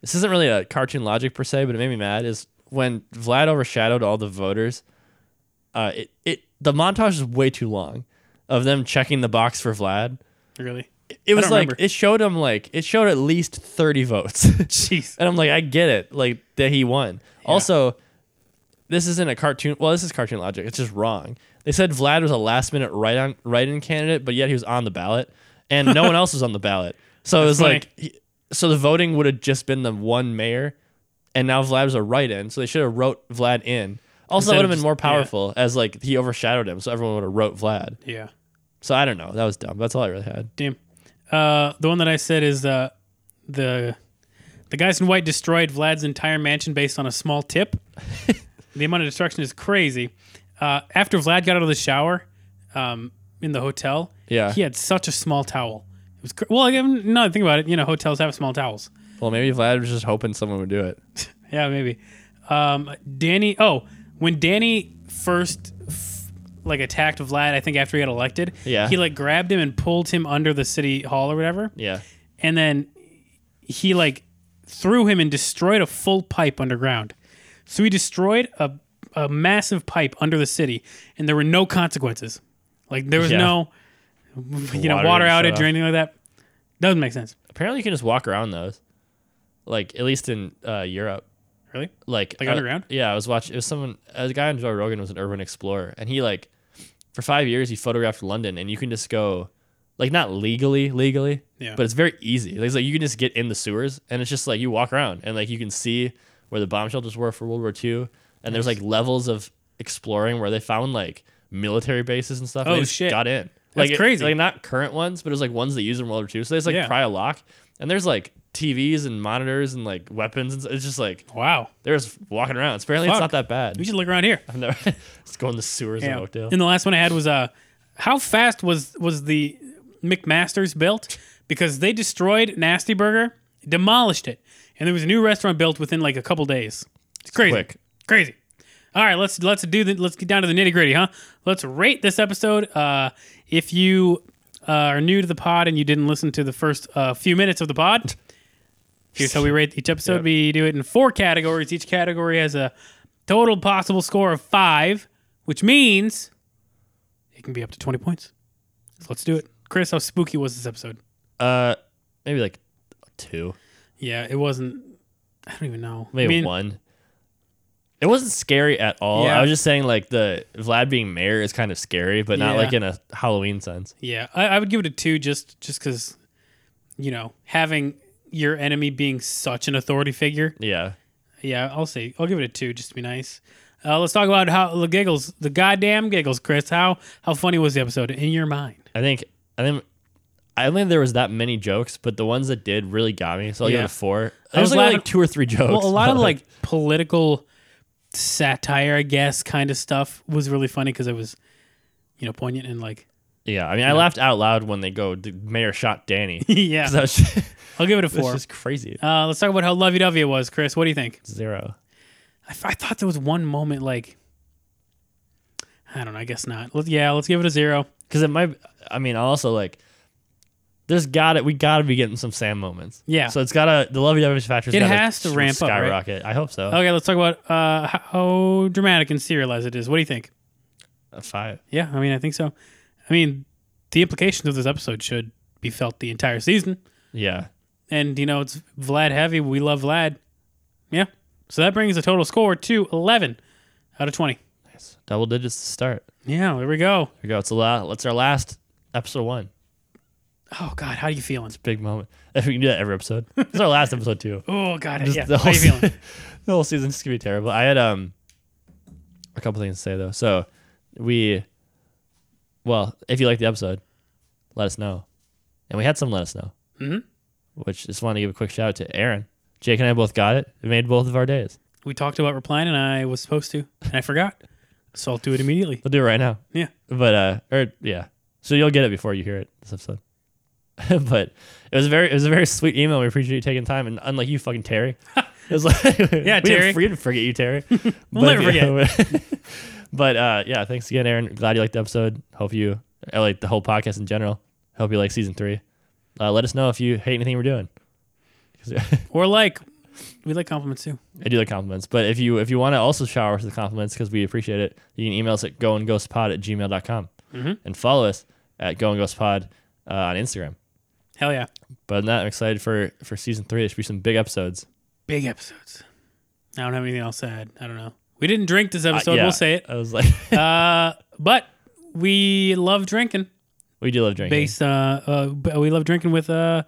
C: this isn't really a cartoon logic per se, but it made me mad. Is when Vlad overshadowed all the voters. Uh, it it the montage is way too long, of them checking the box for Vlad.
B: really.
C: It was
B: don't
C: like
B: remember.
C: it showed him like it showed at least thirty votes. (laughs)
B: Jeez.
C: And I'm like, I get it, like that he won. Also, this isn't a cartoon. Well, this is cartoon logic. It's just wrong. They said Vlad was a last minute write on write in candidate, but yet he was on the ballot,
B: (laughs)
C: and no one else was on the ballot. So it was
B: funny.
C: like, he- so the voting would have just been the one mayor, and now Vlad was a write in. So they should have wrote Vlad in.
B: Instead
C: Also, that would
B: of
C: have been
B: just-
C: more
B: yeah.
C: powerful as like he overshadowed him, so everyone would have wrote Vlad.
B: Yeah.
C: So I don't know. That was dumb. That's all I really had.
B: Damn. Uh, the one that I said is uh, the the guys in white destroyed Vlad's entire mansion based on a small (laughs) tip. the amount of destruction is crazy. Uh, after Vlad got out of the shower um, in the hotel,
C: Yeah.
B: he had such a small towel. It was cr- well, I mean, no, think about it. You know, hotels have small towels.
C: Well, maybe Vlad was just hoping someone would do it.
B: Yeah, maybe. um, Danny. Oh, when Danny first f- like attacked Vlad, I think after he got elected,
C: Yeah.
B: he like grabbed him and pulled him under the city hall or whatever,
C: Yeah.
B: and then he like threw him and destroyed a full pipe underground. So he destroyed a a massive pipe under the city, and there were no consequences. Like there was
C: Yeah.
B: no, you know,
C: Water
B: water outage
C: didn't shut off.
B: or anything like that. Doesn't make sense.
C: Apparently, you can just walk around those. Like at least in uh, Europe.
B: Really?
C: like
B: Like
C: uh,
B: underground?
C: Yeah, I was watching. It was someone. A guy on Joe Rogan was an urban explorer, and he like for five years he photographed London, and you can just go like not legally, legally,
B: Yeah.
C: but it's very easy. Like, it's like you can just get in the sewers, and it's just like you walk around, and like you can see where the bomb shelters were for World War II, and there's like levels of exploring where they found like military bases and stuff. and
B: Oh,
C: they just
B: shit.
C: Got in.
B: That's
C: like it-
B: crazy.
C: like not current ones, but it was like ones they used in World War II. So they just like
B: Yeah.
C: pry a lock, and there's like TVs and monitors and like weapons. And s- it's just like
B: Wow.
C: they're just walking around. It's apparently
B: Fuck.
C: it's not that bad.
B: We should look around here.
C: (laughs) I've never (laughs) just go in the sewers
B: Yeah.
C: of Oakdale.
B: And the last one I had was uh, how fast was was the McMaster's built? Because they destroyed Nasty Burger, demolished it, and there was a new restaurant built within like a couple days. It's crazy,
C: quick.
B: crazy. All right, let's let's do the let's get down to the nitty gritty, huh? Let's rate this episode. Uh, if you uh, are new to the pod and you didn't listen to the first uh, few minutes of the pod, here's how we rate each episode.
C: Yep.
B: We do it in four categories. Each category has a total possible score of five, which means it can be up to 20 points. So let's do it. Chris, how spooky was this episode?
C: Uh, maybe like two,
B: Yeah, it wasn't. I don't even know.
C: maybe
B: I mean,
C: one. It wasn't scary at all.
B: Yeah.
C: I was just saying like the Vlad being mayor is kind of scary, but not
B: Yeah.
C: like in a Halloween sense.
B: Yeah, I, I would give it a two just just because, you know, having your enemy being such an authority figure.
C: Yeah.
B: Yeah, I'll say I'll give it a two just to be nice. Uh, let's talk about how the giggles, the goddamn giggles, Chris. How how funny was the episode in your mind?
C: I think I think I don't think there was that many jokes, but the ones that did really got me. So I'll give
B: Yeah.
C: it a four.
B: There
C: There
B: was
C: was
B: a lot
C: only like
B: of-
C: two or three jokes.
B: Well, a lot
C: but,
B: of like political satire, I guess, kind of stuff was really funny because it was, you know, poignant and like,
C: yeah. I mean, I laughed out loud when they go. The mayor shot Danny.
B: (laughs) yeah.
C: (laughs) 'Cause that was just,
B: I'll give it a
C: it's
B: four.
C: just crazy.
B: Uh, let's talk about how lovey dovey it was, Chris. What do you think?
C: Zero.
B: I, f- I thought there was one moment like, I don't know. I guess not. Let, yeah, let's give it a zero.
C: Because it might. I mean, also like, there's got it. We got to be getting some Sam moments.
B: Yeah.
C: So it's got to the lovey dovey factor.
B: It has to ramp up, right?
C: skyrocket. I hope so.
B: Okay, let's talk about uh, how dramatic and serialized it is. What do you think?
C: A five.
B: Yeah, I mean, I think so. I mean, the implications of this episode should be felt the entire season.
C: Yeah.
B: and you know it's Vlad heavy. We love Vlad. Yeah. So that brings the total score to eleven out of twenty.
C: Nice. Double digits to start.
B: Yeah, there we go.
C: Here we go. It's a lot. It's our last episode one.
B: Oh God, how are you feeling?
C: Big moment. (laughs) If we can do that every episode. It's our last episode too.
B: Oh God,
C: Just
B: yeah.
C: the
B: How
C: whole
B: you feeling?
C: se- (laughs) the whole season's just gonna be terrible. I had um a couple things to say though. So we well, if you like the episode, let us know. And we had some let us know.
B: Mhm.
C: Which just want to give a quick shout out to Aaron. Jake and I both got it. It made both of our days.
B: we talked about replying, and I was supposed to, and I forgot. So I'll do it immediately.
C: We'll do it right now.
B: Yeah.
C: But uh or yeah. So you'll get it before you hear it this episode. (laughs) but it was a very it was a very sweet email. We appreciate you taking time and unlike you
B: (laughs)
C: fucking Terry. It was like (laughs) Yeah,
B: Terry.
C: Didn't, we didn't forget you, Terry.
B: (laughs) We'll
C: But-
B: never
C: (laughs) but uh yeah, thanks again, Aaron. Glad you liked the episode. Hope you I like the whole podcast in general. Hope you like season three. Uh, let us know if you hate anything we're doing. 'Cause
B: Or like, we like compliments too.
C: I do like compliments, but if you if you want to also shower us with compliments because we appreciate it, you can email us at goandghostpod at gmail.com
B: Mhm.
C: and follow us at goandghostpod uh, on Instagram.
B: Hell yeah,
C: But other than that, I'm excited for for season three. There should be some big episodes.
B: big episodes. I don't have anything else to add. I don't know. We didn't drink this
C: Uh,
B: episode.
C: yeah,
B: We'll say it.
C: I was like, (laughs)
B: Uh, (laughs) but we love drinking.
C: we do love drinking.
B: based uh, uh b- we love drinking with uh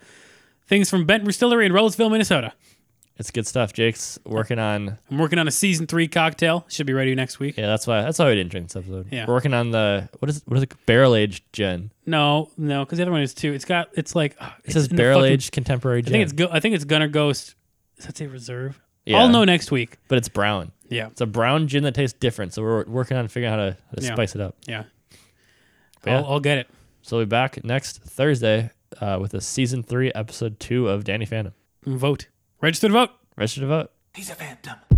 B: things from Bent Distillery in Roseville, Minnesota.
C: It's good stuff. Jake's working on.
B: I'm working on a season three cocktail. Should be ready next week.
C: Yeah, that's why that's why we didn't drink this episode.
B: Yeah.
C: We're working on the what is what is it barrel aged gin?
B: No, no, because the other one is two. It's got it's like uh,
C: It says barrel aged contemporary
B: I
C: gin.
B: think it's go. I think it's Gunner Ghost. Does that say reserve?
C: Yeah.
B: I'll know next week.
C: but it's brown.
B: Yeah,
C: It's a brown gin that tastes different. So we're working on figuring out how to, how to
B: Yeah.
C: spice it up.
B: yeah.
C: Yeah.
B: I'll, I'll get it.
C: So we'll be back next Thursday uh, with a season three, episode two of Danny Phantom.
B: Vote. Register to vote.
C: Register to vote.
A: He's a phantom.